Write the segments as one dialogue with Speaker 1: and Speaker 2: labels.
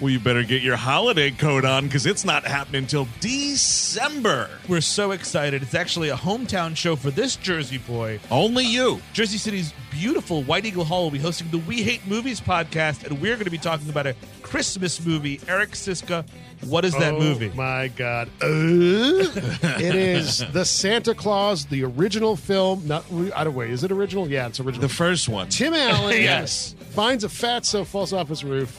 Speaker 1: well, you better get your holiday coat on because it's not happening until December.
Speaker 2: We're so excited. It's actually a hometown show for this Jersey boy.
Speaker 1: Only you.
Speaker 2: Jersey City's beautiful White Eagle Hall will be hosting the We Hate Movies podcast, and we're going to be talking about a Christmas movie. Eric Siska, what is that
Speaker 3: Oh,
Speaker 2: movie?
Speaker 3: My God, Uh, it is the Santa Claus, the original film. Not I don't wait. Is it original? Yeah, it's original.
Speaker 1: The first one.
Speaker 3: Tim Allen,
Speaker 2: Yes.
Speaker 3: finds a fatso falls off his roof.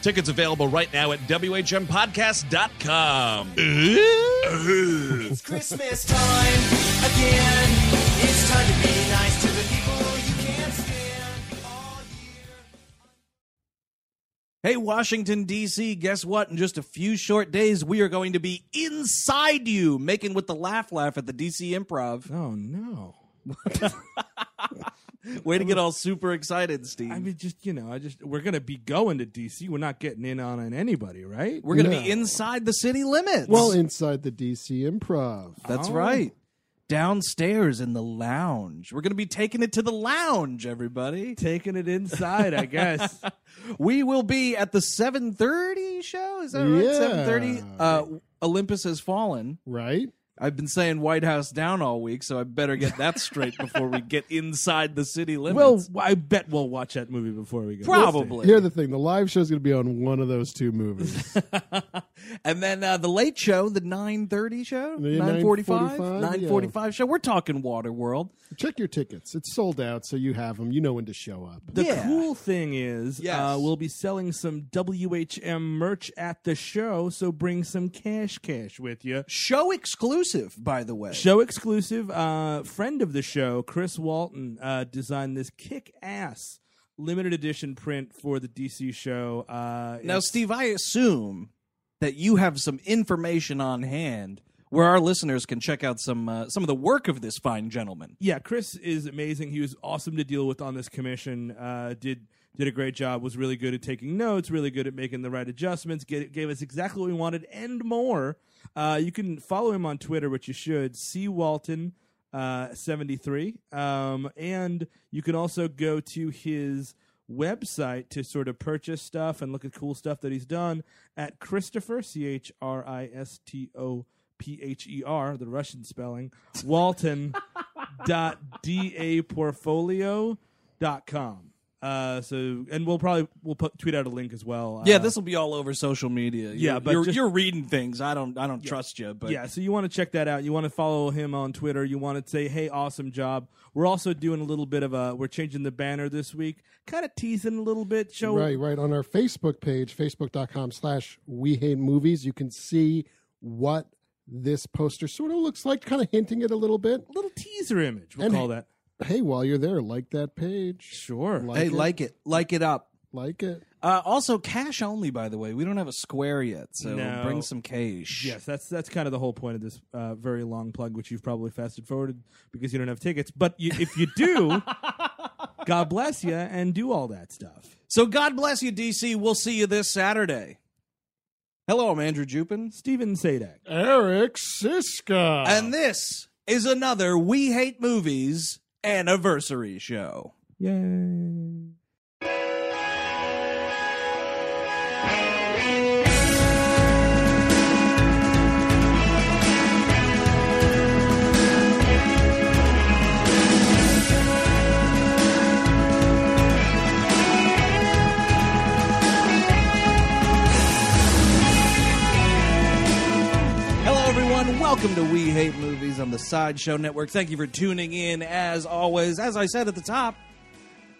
Speaker 1: Tickets available right now at WHMPodcast.com.
Speaker 4: Christmas time again. It's time to be nice to the people you can't stand all year.
Speaker 5: Hey, Washington, D.C., guess what? In just a few short days, we are going to be inside you, making with the laugh laugh at the D.C. Improv.
Speaker 6: Oh no!
Speaker 5: Way to get all super excited, Steve.
Speaker 6: I mean, just you know, I just we're gonna be going to DC. We're not getting in on anybody, right?
Speaker 5: We're going to
Speaker 3: No.
Speaker 5: be inside the city limits.
Speaker 3: Well, inside the DC Improv.
Speaker 5: that's
Speaker 6: Oh.
Speaker 5: right. Downstairs in the lounge. We're going to be taking it to the lounge, everybody.
Speaker 6: taking it inside, I guess.
Speaker 5: We will be at the 7.30 show. Is that right?
Speaker 3: Yeah.
Speaker 5: 7.30. Uh, Olympus Has Fallen.
Speaker 3: Right?
Speaker 5: I've been saying White House down all week, so I better get that straight before we get inside the city limits.
Speaker 6: well, I bet we'll watch that movie before we go.
Speaker 5: probably.
Speaker 3: Here's the thing the live show's going to be on one of those two movies.
Speaker 5: And then uh, the late show, the 9:30 show,
Speaker 3: The
Speaker 5: 9:45,
Speaker 3: 9:45,
Speaker 5: 9:45 show. We're talking Waterworld.
Speaker 3: Check your tickets. It's sold out, so you have them. You know when to show up.
Speaker 6: The
Speaker 5: Yeah.
Speaker 6: cool thing is, uh,
Speaker 5: Yes.
Speaker 6: we'll be selling some WHM merch at the show, so bring some cash cash with you.
Speaker 5: Show exclusive, by the way.
Speaker 6: Show exclusive, uh, friend of the show, Chris Walton, uh, designed this kick ass limited edition print for the DC show. Uh,
Speaker 5: now,
Speaker 6: it's-
Speaker 5: Steve, I assume that you have some information on hand where our listeners can check out some uh, some of the work of this fine gentleman.
Speaker 6: yeah, Chris is amazing. He was awesome to deal with on this commission. Uh, did did a great job. Was really good at taking notes. Really good at making the right adjustments. Get, gave us exactly what we wanted and more. Uh, you can follow him on Twitter, which you should. C Walton uh, seventy three, um, and you can also go to his website to sort of purchase stuff and look at cool stuff that he's done at Christopher C H R I S T O P H E R, the Russian spelling, Walton dot daportfolio dot com. Uh, so and we'll probably we'll put, tweet out a link as well.
Speaker 5: Yeah,
Speaker 6: Uh,
Speaker 5: this will be all over social media.
Speaker 6: Yeah,
Speaker 5: You're-
Speaker 6: but
Speaker 5: you're,
Speaker 6: just-
Speaker 5: you're reading things. I don't I don't trust you, but
Speaker 6: yeah, so you want to check that out. You want to follow him on Twitter. You want to say, "Hey, awesome job." We're also doing a little bit of a we're changing the banner this week, kind of teasing a little bit. Show
Speaker 3: Right, right. On our Facebook page, facebook.com slash we hate movies, you can see what this poster sort of looks like, kind of hinting it a little bit.
Speaker 6: a little teaser image. We'll
Speaker 3: And-
Speaker 6: call that.
Speaker 3: Hey, while you're there, like that page.
Speaker 6: Sure.
Speaker 3: Like
Speaker 5: hey,
Speaker 3: it.
Speaker 5: like it, like it up.
Speaker 3: Like it.
Speaker 5: Uh, also, cash only, by the way. We don't have a square yet, so
Speaker 6: No.
Speaker 5: bring some cash.
Speaker 6: Yes, that's that's kind of the whole point of this uh, very long plug, which you've probably fasted forwarded because you don't have tickets. But you, if you do, God bless you, and do all that stuff.
Speaker 5: So God bless you, DC. We'll see you this Saturday. Hello, I'm Andrew Jupin.
Speaker 6: Steven Sadak.
Speaker 3: Eric Siska.
Speaker 5: And this is another We Hate Movies anniversary show.
Speaker 6: Yay.
Speaker 5: Hello, everyone. Welcome to We Hate Movies on the Sideshow Network. Thank you for tuning in. As always, as I said at the top,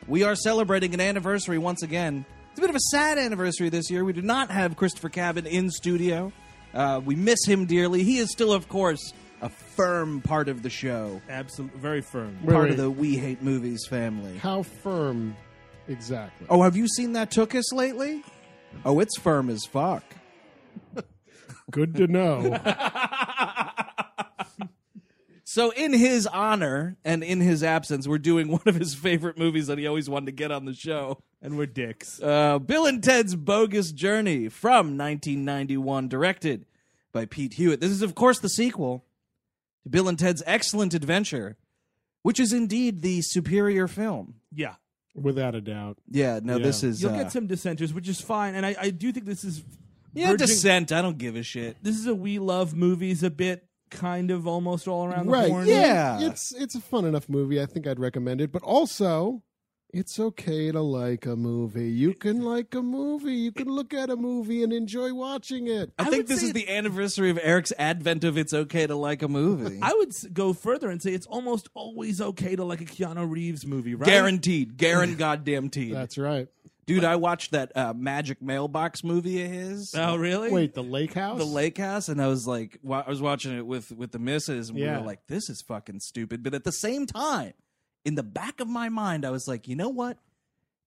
Speaker 5: we are celebrating an anniversary once again. It's a bit of a sad anniversary this year. We do not have Christopher Cabin in studio. Uh, we miss him dearly. He is still, of course, a firm part of the show,
Speaker 6: Absolutely, very firm.
Speaker 3: Wait,
Speaker 5: part
Speaker 3: wait.
Speaker 5: of the We Hate Movies family.
Speaker 3: How firm exactly?
Speaker 5: Oh, have you seen that Tookus lately? Oh, it's firm as fuck.
Speaker 3: Good to know.
Speaker 5: So, in his honor and in his absence, we're doing one of his favorite movies that he always wanted to get on the show.
Speaker 6: And we're dicks.
Speaker 5: Uh, Bill and Ted's Bogus Journey from 1991, directed by Pete Hewitt. This is, of course, the sequel to Bill and Ted's Excellent Adventure, which is indeed the superior film.
Speaker 6: Yeah.
Speaker 3: Without a doubt.
Speaker 5: Yeah, no,
Speaker 3: Yeah.
Speaker 5: this is.
Speaker 6: You'll
Speaker 5: uh,
Speaker 6: get some dissenters, which is fine. And I, I do think this is.
Speaker 5: yeah,
Speaker 6: verging-
Speaker 5: dissent. I don't give a shit.
Speaker 6: This is a we love movies a bit, kind of almost all around the
Speaker 3: right.
Speaker 6: horn.
Speaker 5: Yeah.
Speaker 3: It's it's a fun enough movie. I think I'd recommend it. But also, it's okay to like a movie. You can like a movie. You can look at a movie and enjoy watching it.
Speaker 5: I, think this is the anniversary of Eric's advent of It's Okay to Like a Movie.
Speaker 6: I would s- go further and say it's almost always okay to like a Keanu Reeves movie, right?
Speaker 5: Guaranteed. Guaranteed goddamn teed.
Speaker 3: That's right.
Speaker 5: Dude, I watched that uh, Magic Mailbox movie of his,
Speaker 6: Oh, really?
Speaker 3: Wait, the Lake House.
Speaker 5: The Lake House, and I was like, wa- I was watching it with with the missus, and we
Speaker 3: Yeah.
Speaker 5: were like, this is fucking stupid. But at the same time, in the back of my mind, I was like, you know what?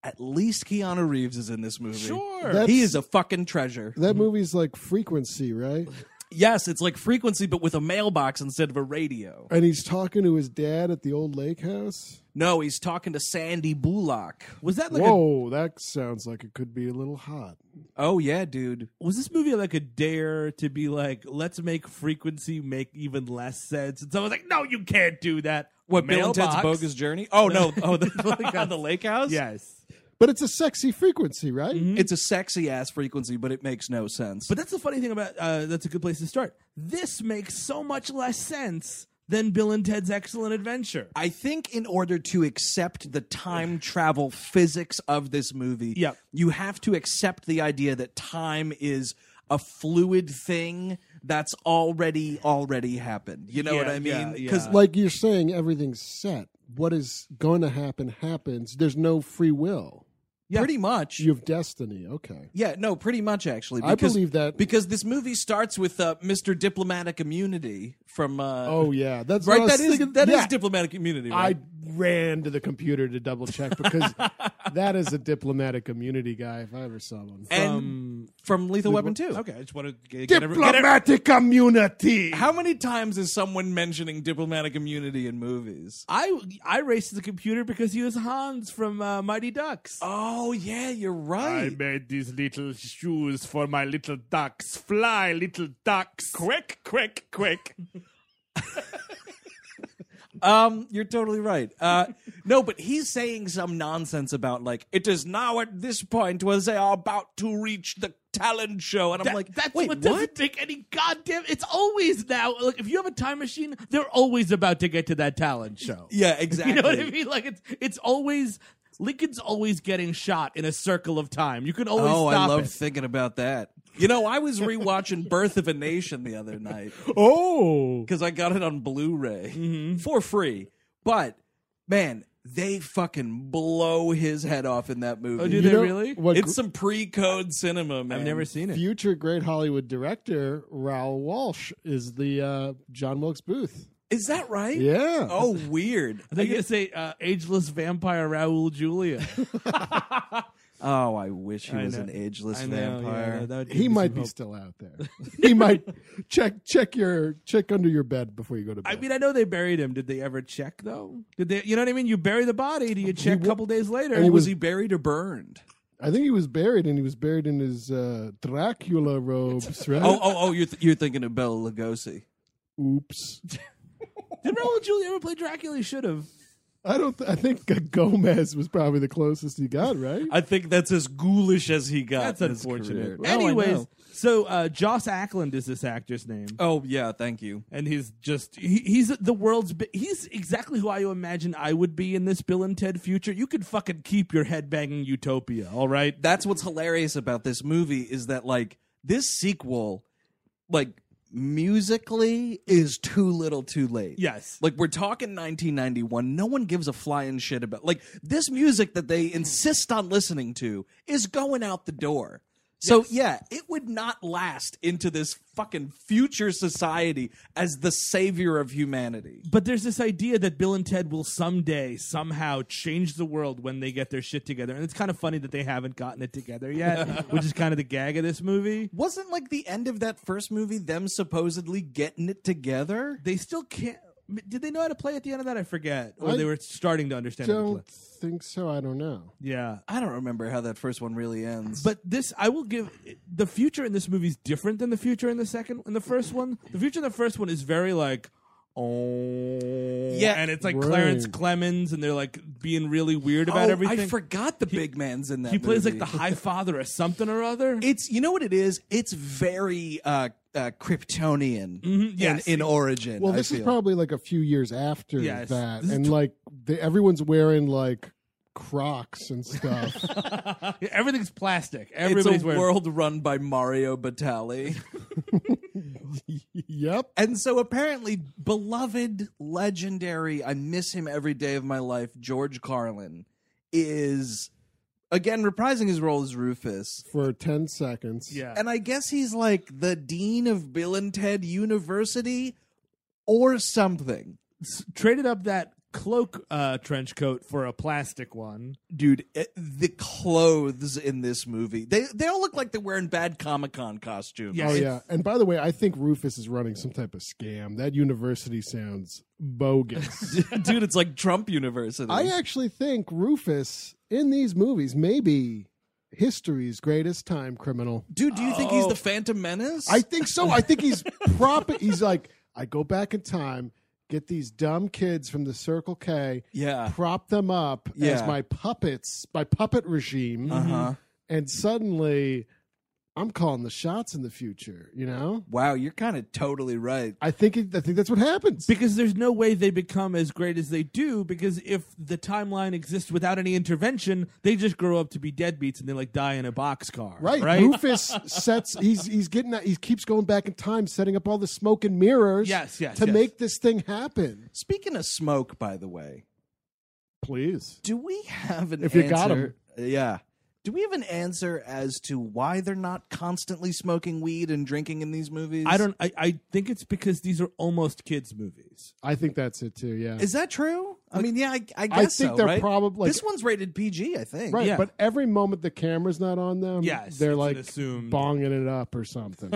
Speaker 5: At least Keanu Reeves is in this movie.
Speaker 6: Sure.
Speaker 3: That's-
Speaker 5: He is a fucking treasure.
Speaker 3: That movie's like frequency, right?
Speaker 5: Yes, it's like frequency, but with a mailbox instead of a radio.
Speaker 3: And he's talking to his dad at the old lake house.
Speaker 5: No, he's talking to Sandy Bullock.
Speaker 6: was that like a
Speaker 3: Whoa, that sounds like it could be a little hot.
Speaker 5: Oh yeah, dude.
Speaker 6: was this movie like a dare to be like, let's make frequency make even less sense? And someone's like, no, you can't do that.
Speaker 5: What Bill and Ted's
Speaker 6: Mailbox?
Speaker 5: Bogus Journey? Oh no, oh the, the Lake House.
Speaker 6: Yes.
Speaker 3: But it's a sexy frequency, right?
Speaker 5: It's a sexy ass frequency, but it makes no sense.
Speaker 6: But that's the funny thing about uh, that's a good place to start. This makes so much less sense than Bill and Ted's Excellent Adventure.
Speaker 5: I think in order to accept the time travel physics of this movie,
Speaker 6: Yep.
Speaker 5: you have to accept the idea that time is a fluid thing that's already already happened. You know
Speaker 6: Yeah,
Speaker 5: what I
Speaker 6: yeah,
Speaker 5: mean?
Speaker 6: yeah.
Speaker 3: Like you're saying, everything's set. What is going to happen happens. There's no free will.
Speaker 5: pretty much
Speaker 3: You have destiny. Okay.
Speaker 5: Yeah, no, pretty much actually.
Speaker 3: I believe that-
Speaker 5: because this movie starts with uh, Mr. Diplomatic Immunity from. Uh,
Speaker 3: Oh yeah, that's What
Speaker 5: right.
Speaker 3: I was
Speaker 5: That is
Speaker 3: thinking.
Speaker 5: that is
Speaker 3: Yeah.
Speaker 5: Diplomatic Immunity. Right?
Speaker 3: I ran to the computer to double check because that is a diplomatic immunity guy if I ever saw one.
Speaker 5: and from Lethal Weapon Two.
Speaker 6: um, Okay, I just want to get,
Speaker 3: Diplomatic immunity.
Speaker 5: How many times is someone mentioning diplomatic immunity in movies?
Speaker 6: I I raced to the computer because he was Hans from uh, Mighty Ducks.
Speaker 5: Oh yeah, you're right.
Speaker 2: made these little shoes for my little ducks. Fly, little ducks. Quick, quick, quick.
Speaker 5: Um, you're totally right. Uh, no, but he's saying some nonsense about like it is now at this point where they are about to reach the talent show, and I'm
Speaker 6: That-
Speaker 5: like,
Speaker 6: that's
Speaker 5: wait,
Speaker 6: what
Speaker 5: what?
Speaker 6: doesn't make any goddamn. It's always now. Look, if you have a time machine, they're always about to get to that talent show.
Speaker 5: Yeah, exactly.
Speaker 6: You know what I mean? Like it's it's always Lincoln's always getting shot in a circle of time. You can always
Speaker 5: Oh, I
Speaker 6: stop
Speaker 5: love
Speaker 6: it.
Speaker 5: thinking about that. You know, I was rewatching Birth of a Nation the other night
Speaker 3: Oh,
Speaker 5: because I got it on Blu-ray
Speaker 6: Mm-hmm.
Speaker 5: for free. But man, they fucking blow his head off in that movie.
Speaker 6: Oh, do
Speaker 3: You
Speaker 6: they
Speaker 3: know
Speaker 6: really?
Speaker 3: what
Speaker 5: it's some pre-code cinema, man.
Speaker 6: I've never seen it.
Speaker 3: future great Hollywood director Raoul Walsh is the uh, John Wilkes Booth.
Speaker 5: Is that right?
Speaker 3: Yeah.
Speaker 5: Oh, weird.
Speaker 6: They're gonna say uh, ageless vampire Raoul Julia.
Speaker 5: Oh, I wish he
Speaker 6: I
Speaker 5: was
Speaker 6: know.
Speaker 5: an ageless
Speaker 6: I know, yeah,
Speaker 5: vampire.
Speaker 6: that would give
Speaker 3: He
Speaker 6: me
Speaker 3: might
Speaker 6: some
Speaker 3: be
Speaker 6: hope.
Speaker 3: still out there. He might check check your check under your bed before you go to bed.
Speaker 6: I mean, I know they buried him. Did they ever check though? Did they? You know what I mean? You bury the body. Do you check a
Speaker 3: wa-
Speaker 6: couple days later?
Speaker 3: and he
Speaker 5: Was
Speaker 3: was-
Speaker 5: he buried or burned?
Speaker 3: I think he was buried, and he was buried in his uh, Dracula robes, right?
Speaker 5: Oh, oh, oh! You're th- you're thinking of Bela Lugosi.
Speaker 3: Oops.
Speaker 6: Did Raul Julia ever play Dracula? He should have.
Speaker 3: I don't. Th- I think uh, Gomez was probably the closest he got, right?
Speaker 5: I think that's as ghoulish as he got.
Speaker 6: That's unfortunate.
Speaker 5: Well, I
Speaker 6: Anyways,
Speaker 5: know.
Speaker 6: so uh, Joss Ackland is this actor's name.
Speaker 5: Oh yeah, thank you.
Speaker 6: and he's just he, he's the world's bi- he's exactly who I imagine I would be in this Bill and Ted future. You could fucking keep your head banging utopia, all right?
Speaker 5: That's what's hilarious about this movie is that like this sequel, like musically, is too little, too late.
Speaker 6: Yes.
Speaker 5: Like we're talking 1991. No one gives a flying shit about like this music that they insist on listening to is going out the door. So yeah, it would not last into this fucking future society as the savior of humanity.
Speaker 6: But there's this idea that Bill and Ted will someday somehow change the world when they get their shit together, and it's kind of funny that they haven't gotten it together yet, which is kind of the gag of this movie.
Speaker 5: Wasn't like the end of that first movie them supposedly getting it together?
Speaker 6: They still can't. Did they know how to play at the end of that? I forget. Or
Speaker 3: I
Speaker 6: they were starting to understand. how to play.
Speaker 3: don't think so. I don't know.
Speaker 6: Yeah.
Speaker 5: I don't remember how that first one really ends.
Speaker 6: But this, I will give the future in this movie is different than the future in the second, in the first one. The future in the first one is very like, oh,
Speaker 5: Yeah.
Speaker 6: and it's like
Speaker 3: Right.
Speaker 6: Clarence Clemens, and they're like being really weird about
Speaker 5: Oh,
Speaker 6: everything.
Speaker 5: I forgot the big man's in that.
Speaker 6: He plays like
Speaker 5: movie.
Speaker 6: the High Father or something or other.
Speaker 5: It's you know what it is. It's very uh, uh, Kryptonian
Speaker 6: yes.
Speaker 5: in, in origin.
Speaker 3: Well,
Speaker 5: I
Speaker 3: this is
Speaker 5: feel.
Speaker 3: probably like a few years after
Speaker 6: Yes.
Speaker 3: that,
Speaker 6: This is
Speaker 3: and
Speaker 6: tw-
Speaker 3: like the, everyone's wearing like Crocs and stuff.
Speaker 6: Yeah, everything's plastic.
Speaker 5: it's
Speaker 6: Everybody's
Speaker 5: a
Speaker 6: wearing.
Speaker 5: world run by Mario Batali,
Speaker 3: yep.
Speaker 5: and so apparently, beloved, legendary. I miss him every day of my life. George Carlin is again reprising his role as Rufus.
Speaker 3: For ten seconds.
Speaker 6: Yeah.
Speaker 5: And I guess he's like the dean of Bill and Ted University or something.
Speaker 6: traded up that cloak uh, trench coat for a plastic one.
Speaker 5: Dude, it- the clothes in this movie. They they all look like they're wearing bad Comic-Con costumes.
Speaker 6: Yeah.
Speaker 3: Oh
Speaker 6: It's-
Speaker 3: yeah. And by the way, I think Rufus is running some type of scam. That university sounds bogus.
Speaker 5: Dude, it's like Trump University.
Speaker 3: I actually think Rufus in these movies maybe history's greatest time criminal.
Speaker 5: Dude, do you think he's the Phantom Menace?
Speaker 3: I think so. I think he's prop. He's like, I go back in time, get these dumb kids from the Circle K,
Speaker 5: Yeah.
Speaker 3: prop them up as
Speaker 5: Yeah. Uh-huh.
Speaker 3: my puppets, my puppet regime, and suddenly I'm calling the shots in the future. You know,
Speaker 5: wow, you're kind of totally right.
Speaker 3: I think it, I think that's what happens.
Speaker 6: Because there's no way they become as great as they do. Because if the timeline exists without any intervention, they just grow up to be deadbeats and they like die in a boxcar.
Speaker 3: Right.
Speaker 6: Right.
Speaker 3: Rufus sets. He's he's getting. out- He keeps going back in time, setting up all the smoke and mirrors.
Speaker 6: Yes, yes,
Speaker 3: To
Speaker 6: yes.
Speaker 3: make this thing happen,
Speaker 5: Speaking of smoke, by the way,
Speaker 3: please.
Speaker 5: do we have an
Speaker 3: If
Speaker 5: answer?
Speaker 3: you got
Speaker 5: Yeah. Do we have an answer as to why they're not constantly smoking weed and drinking in these movies?
Speaker 6: I don't. I, I think it's because these are almost kids' movies.
Speaker 3: I think that's it too. Yeah.
Speaker 5: Is that true? I mean, yeah, I, I
Speaker 3: I
Speaker 5: guess
Speaker 3: think
Speaker 5: so,
Speaker 3: they're
Speaker 5: right?
Speaker 3: probably-
Speaker 5: this one's rated PG, I think.
Speaker 3: Right,
Speaker 6: Yeah.
Speaker 3: but every moment the camera's not on them,
Speaker 6: Yes,
Speaker 3: they're
Speaker 6: it's an
Speaker 3: like
Speaker 6: assumed-
Speaker 3: bonging it up or something.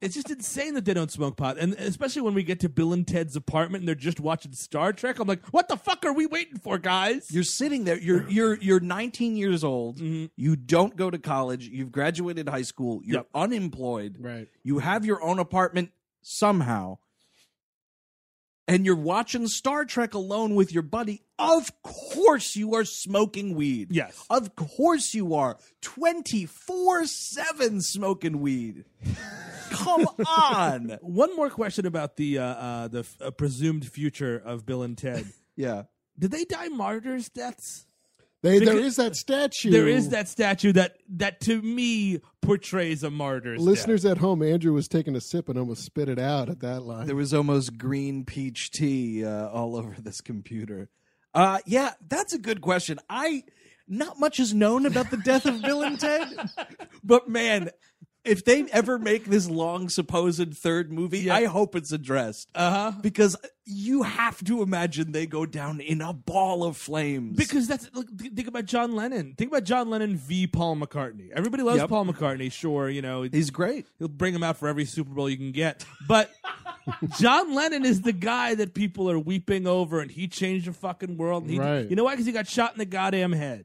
Speaker 6: It's just insane that they don't smoke pot, and especially when we get to Bill and Ted's apartment and they're just watching Star Trek. I'm like, what the fuck are we waiting for, guys?
Speaker 5: You're sitting there. You're you're you're 19 years old. You don't go to college. You've graduated high school. You're
Speaker 6: Yep.
Speaker 5: unemployed.
Speaker 3: right.
Speaker 5: You have your own apartment somehow, and you're watching Star Trek alone with your buddy. Of course, you are smoking weed.
Speaker 6: Yes.
Speaker 5: Of course, you are 24 seven smoking weed. Come on.
Speaker 6: One more question about the uh, uh, the f- uh, presumed future of Bill and Ted.
Speaker 5: Yeah.
Speaker 6: Did they die martyrs' deaths?
Speaker 3: They, there
Speaker 6: Because-
Speaker 3: is that statue.
Speaker 6: There is that statue that that to me portrays a martyr's death.
Speaker 3: Listeners at home, Andrew was taking a sip and almost spit it out at that line.
Speaker 5: There was almost green peach tea uh, all over this computer. Uh, yeah, that's a good question. I not much is known about the death of Bill and Ted, but man, if they ever make this long supposed third movie, I hope it's addressed. Uh huh. Because you have to imagine they go down in a ball of flames.
Speaker 6: Because that's look, th- think about John Lennon. Think about John Lennon v. Paul McCartney. Everybody loves
Speaker 5: Yep.
Speaker 6: Paul McCartney. Sure, you know
Speaker 5: he's great.
Speaker 6: he'll bring him out for every Super Bowl you can get. But John Lennon is the guy that people are weeping over, and he changed the fucking world. And he,
Speaker 3: Right.
Speaker 6: You know why? Because he got shot in the goddamn head.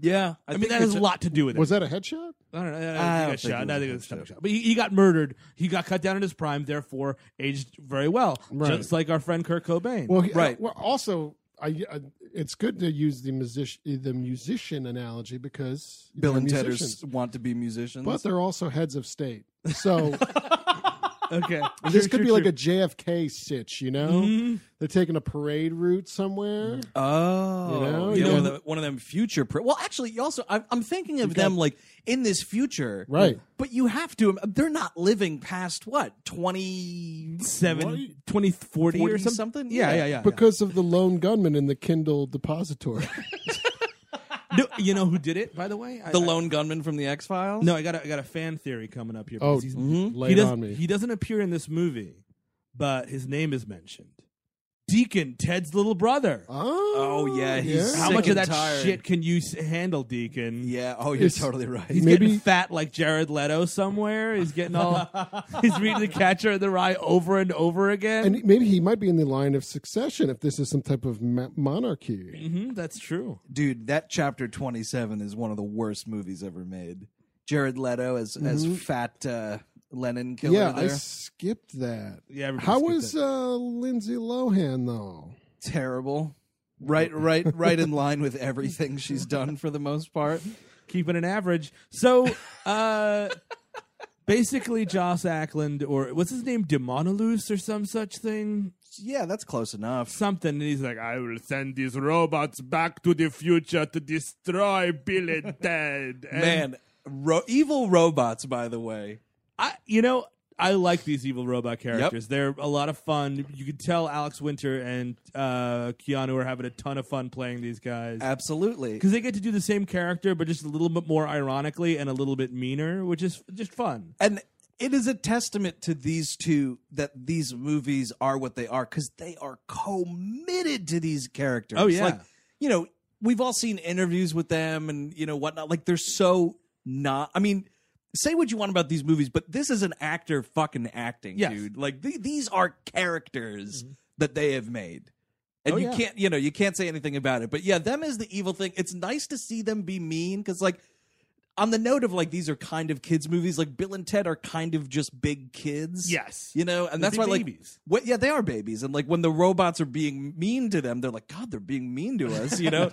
Speaker 5: Yeah,
Speaker 6: I, mean, that has a lot to do with it.
Speaker 3: Was that a headshot?
Speaker 6: I don't know. I don't
Speaker 5: I
Speaker 6: think
Speaker 5: don't
Speaker 6: he got
Speaker 5: think
Speaker 6: shot.
Speaker 5: he
Speaker 6: No, I
Speaker 5: was
Speaker 6: think it
Speaker 5: that
Speaker 6: was a stomach
Speaker 5: shit.
Speaker 6: shot. But he, he got murdered. He got cut down in his prime, therefore aged very well,
Speaker 3: Right.
Speaker 6: just like our friend Kurt Cobain.
Speaker 3: Well, he-
Speaker 5: Right.
Speaker 3: well, also, I, I, it's good to use the musician the musician analogy because
Speaker 5: Bill
Speaker 3: they're
Speaker 5: and Tedder's
Speaker 3: musicians,
Speaker 5: want to be musicians.
Speaker 3: but they're also heads of state. So
Speaker 6: okay,
Speaker 3: this could be like a JFK sitch, you know?
Speaker 6: Mm-hmm.
Speaker 3: They're taking a parade route somewhere.
Speaker 5: Oh,
Speaker 3: You know,
Speaker 5: yeah,
Speaker 3: you
Speaker 5: one, of
Speaker 3: know-
Speaker 5: the, one of them future. Pre- well, actually, you also I'm, I'm thinking of them like in this future,
Speaker 3: Right.
Speaker 5: But you have to. um, They're not living past what twenty
Speaker 6: seven, 20, 40 or
Speaker 5: 40
Speaker 6: something.
Speaker 5: something?
Speaker 6: Yeah, yeah,
Speaker 5: Yeah.
Speaker 6: yeah.
Speaker 3: because of the lone gunman in the Kindle depository.
Speaker 6: No, you know who did it, by the way? I-
Speaker 5: the
Speaker 6: I-
Speaker 5: lone gunman from the X Files.
Speaker 6: No, I got a, I got a fan theory coming up here.
Speaker 3: oh,
Speaker 6: because he's-
Speaker 3: lay
Speaker 6: he
Speaker 3: it
Speaker 6: doesn't
Speaker 3: on me.
Speaker 6: he doesn't appear in this movie, but his name is mentioned. Deacon Ted's little brother.
Speaker 3: oh,
Speaker 5: Oh yeah, he's
Speaker 3: Yeah.
Speaker 6: How
Speaker 5: sick
Speaker 6: much of
Speaker 5: and
Speaker 6: that
Speaker 5: tired.
Speaker 6: shit can you s- handle, Deacon?
Speaker 5: Yeah. Oh, you're
Speaker 3: It's-
Speaker 5: totally right.
Speaker 6: He's
Speaker 3: Maybe-
Speaker 6: getting fat like Jared Leto somewhere. He's getting all. he's reading the Catcher in the Rye over and over again.
Speaker 3: And maybe he might be in the line of succession if this is some type of ma- monarchy.
Speaker 6: Mhm, that's true.
Speaker 5: dude, that chapter 27 is one of the worst movies ever made. Jared Leto as as fat uh, Lennon killer
Speaker 3: yeah, I
Speaker 5: there.
Speaker 3: skipped that.
Speaker 6: Yeah, everybody
Speaker 3: How
Speaker 6: skipped
Speaker 3: was uh, Lindsay Lohan though?
Speaker 5: Terrible. Right right right in line with everything she's done for the most part.
Speaker 6: Keeping an average. So, uh, basically, Joss Ackland, or what's his name, Demonolus, or some such thing?
Speaker 5: Yeah, that's close enough.
Speaker 6: Something. And he's like, I will send these robots back to the future to destroy Bill and Ted. And
Speaker 5: Man, ro- evil robots by the way.
Speaker 6: I, you know, I like these evil robot characters. They're a lot of fun. You could tell Alex Winter and uh, Keanu are having a ton of fun playing these guys
Speaker 5: Absolutely.
Speaker 6: because they get to do the same character, but just a little bit more ironically and a little bit meaner, which is just fun.
Speaker 5: And it is a testament to these two that these movies are what they are because they are committed to these characters.
Speaker 6: Oh, yeah.
Speaker 5: Like, you know, we've all seen interviews with them and, you know, whatnot. Like, they're so not. I mean, say what you want about these movies, but this is an actor fucking acting,
Speaker 6: Yes. Mm-hmm.
Speaker 5: dude. Like, th- these are characters that they have made. And
Speaker 6: Oh,
Speaker 5: you
Speaker 6: yeah.
Speaker 5: can't, you know, you can't say anything about it. But yeah, them is the evil thing. It's nice to see them be mean because, like, on the note of like these are kind of kids movies like bill and ted are kind of just big kids
Speaker 6: Yes.
Speaker 5: you know and that's
Speaker 6: big
Speaker 5: why
Speaker 6: babies.
Speaker 5: like what yeah they are babies and like when the robots are being mean to them they're like god they're being mean to us you know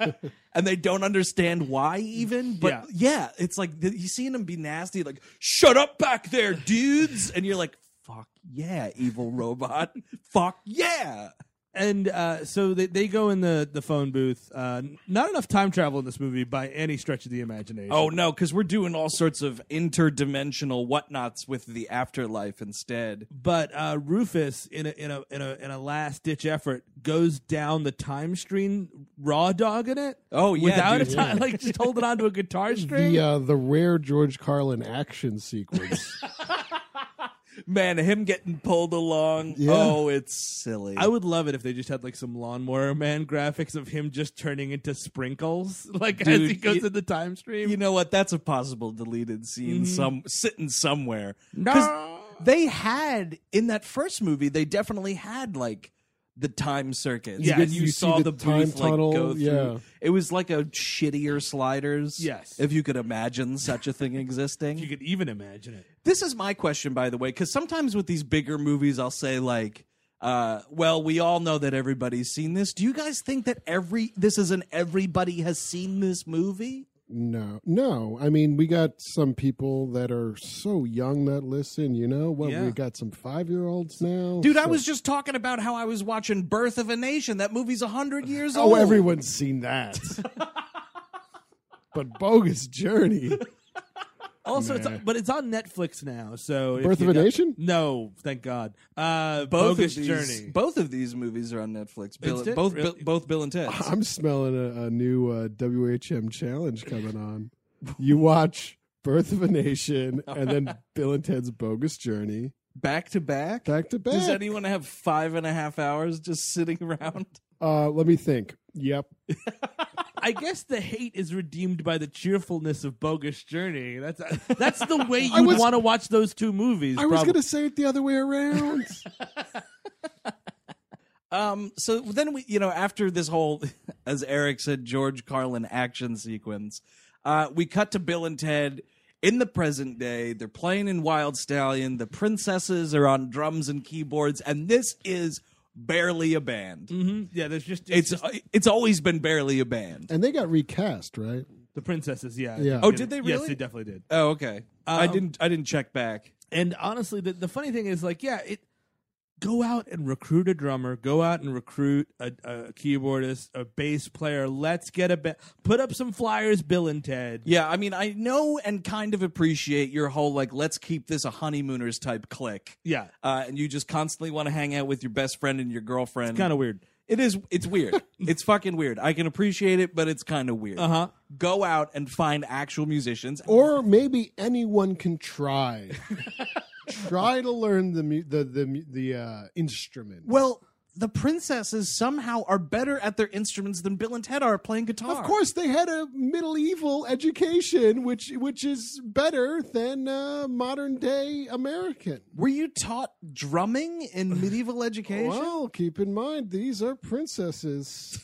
Speaker 5: and they don't understand why even but yeah, it's like the, you seeing them be nasty like shut up back there dudes and you're like fuck yeah evil robot fuck yeah
Speaker 6: And uh, so they, they go in the, the phone booth. Uh, not enough time travel in this movie by any stretch of the imagination.
Speaker 5: Oh no, because we're doing all sorts of interdimensional whatnots with the afterlife instead.
Speaker 6: but uh, Rufus, in a in a in a in a last ditch effort, goes down the time string, raw dogging it.
Speaker 5: Oh, yeah,
Speaker 6: without
Speaker 5: dude,
Speaker 6: a time, like just holding onto a guitar string.
Speaker 3: The uh, the rare George Carlin action sequence.
Speaker 5: Man, him getting pulled along.
Speaker 3: Yeah.
Speaker 5: Oh, it's silly.
Speaker 6: I would love it if they just had like some lawnmower man graphics of him just turning into sprinkles, like as
Speaker 5: Dude,
Speaker 6: he goes
Speaker 5: you-
Speaker 6: in the time stream.
Speaker 5: you know what? That's a possible deleted scene some sitting somewhere. 'Cause They had in that first movie, they definitely had like the time circuit.
Speaker 6: Yes.
Speaker 5: When you,
Speaker 3: You see
Speaker 5: saw
Speaker 3: the
Speaker 5: the,
Speaker 3: time
Speaker 5: brief like
Speaker 3: tunnel,
Speaker 5: go through.
Speaker 3: yeah.
Speaker 5: It was like a shittier sliders.
Speaker 6: Yes.
Speaker 5: If you could imagine such a thing existing.
Speaker 6: you could even imagine it.
Speaker 5: This is my question, by the way, because sometimes with these bigger movies, I'll say like, uh, "Well, we all know that everybody's seen this." Do you guys think that every this is an everybody has seen this movie?
Speaker 3: no, no. I mean, we got some people that are so young that listen. You know what?
Speaker 6: Yeah.
Speaker 3: We got some five year olds now,
Speaker 5: Dude, I
Speaker 3: so-
Speaker 5: was just talking about how I was watching Birth of a Nation. That movie's hundred years
Speaker 3: Oh,
Speaker 5: old.
Speaker 3: everyone's seen that. but bogus journey.
Speaker 6: Also, it's
Speaker 3: Nah.
Speaker 6: but it's on Netflix now. So if
Speaker 3: Birth of
Speaker 6: you
Speaker 3: a
Speaker 6: got-
Speaker 3: Nation?
Speaker 6: No, thank God. Uh,
Speaker 5: Both
Speaker 6: Bogus
Speaker 5: of these,
Speaker 6: Journey.
Speaker 5: Both of these movies are on Netflix. Bill,
Speaker 6: It's di-
Speaker 5: both
Speaker 6: really-
Speaker 5: Bill- both Bill and Ted.
Speaker 3: I'm smelling a, a new uh, WHM challenge coming on. You watch Birth of a Nation, and then Bill and Ted's Bogus Journey.
Speaker 5: Back to back?
Speaker 3: Back to back.
Speaker 5: Does anyone have five and a half hours just sitting around?
Speaker 3: uh, let me think. Yep.
Speaker 6: I guess the hate is redeemed by the cheerfulness of Bogus Journey. That's uh, that's the way you
Speaker 3: was-
Speaker 6: want to watch those two movies.
Speaker 3: I was
Speaker 6: probably.
Speaker 3: going to say it the other way around.
Speaker 5: Um, so then we, you know, after this whole, as Eric said, George Carlin action sequence, uh, we cut to Bill and Ted in the present day. They're playing in Wild Stallion. The princesses are on drums and keyboards, and this is barely a band.
Speaker 6: Mhm. Yeah, there's just it's,
Speaker 5: It's it's always been barely a band.
Speaker 3: and they got recast, right?
Speaker 6: the princesses. Yeah.
Speaker 3: Yeah.
Speaker 5: Oh, did they
Speaker 6: Yes,
Speaker 5: really?
Speaker 6: they definitely did.
Speaker 5: Oh, okay. I didn't I didn't check back.
Speaker 6: And honestly, the, the funny thing is, like, yeah, it go out and recruit a drummer, go out and recruit a, a keyboardist, a bass player. Let's get a ba- put up some flyers, Bill and Ted.
Speaker 5: Yeah, I mean, I know and kind of appreciate your whole like let's keep this a honeymooners type click.
Speaker 6: Yeah,
Speaker 5: uh, and you just constantly want to hang out with your best friend and your girlfriend.
Speaker 6: kind of weird.
Speaker 5: It is. It's weird. it's fucking weird. I can appreciate it, but it's kind of weird. Uh
Speaker 6: Uh-huh.
Speaker 5: Go out and find actual musicians.
Speaker 3: Or maybe anyone can try. try to learn the mu- the the mu- the uh, instrument.
Speaker 5: well, the princesses somehow are better at their instruments than Bill and Ted are playing guitar.
Speaker 3: Of course, they had a medieval education, which which is better than uh, modern day American.
Speaker 5: Were you taught drumming in medieval education?
Speaker 3: Well, keep in mind these are princesses,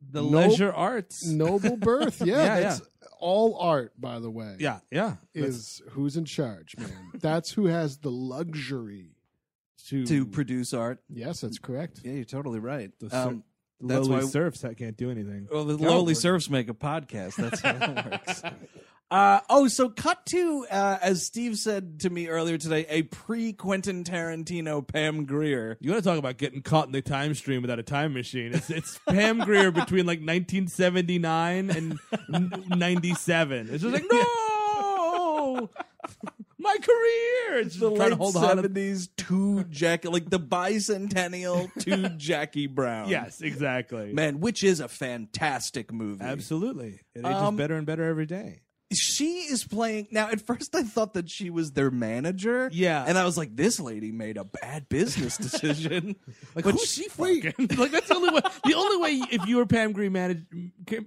Speaker 6: The
Speaker 3: Nope.
Speaker 6: leisure arts.
Speaker 3: noble birth. Yeah,
Speaker 6: Yeah,
Speaker 3: that's all art, by the way.
Speaker 6: Yeah, yeah.
Speaker 3: is who's in charge, man. that's who has the luxury to
Speaker 5: To produce art.
Speaker 3: Yes, that's correct.
Speaker 5: Yeah, you're totally right.
Speaker 6: The
Speaker 5: Um, that's
Speaker 6: That's
Speaker 5: why
Speaker 6: Lowly serfs that can't do anything.
Speaker 5: Well, the lowly serfs make a podcast. That's how it works. Uh, oh, so cut to, uh, as Steve said to me earlier today, a pre Quentin Tarantino Pam Greer.
Speaker 6: You want to talk about getting caught in the time stream without a time machine? It's, it's Pam Greer between like 1979 and n- 97. It's just like no, my career. It's just
Speaker 5: The
Speaker 6: trying
Speaker 5: late
Speaker 6: to hold on. to-
Speaker 5: 70s to Jackie, like the bicentennial to Jackie Brown.
Speaker 6: Yes, exactly.
Speaker 5: Man, which is a fantastic movie.
Speaker 6: Absolutely, it ages
Speaker 5: Um,
Speaker 6: better and better every day.
Speaker 5: She is playing. Now, at first, I thought that she was their manager.
Speaker 6: Yeah.
Speaker 5: And I was like, this lady made a bad business decision.
Speaker 6: Like
Speaker 5: But
Speaker 6: who's
Speaker 5: she-
Speaker 6: she fucking? like that's the only way. The only way if you were Pam Greer manage,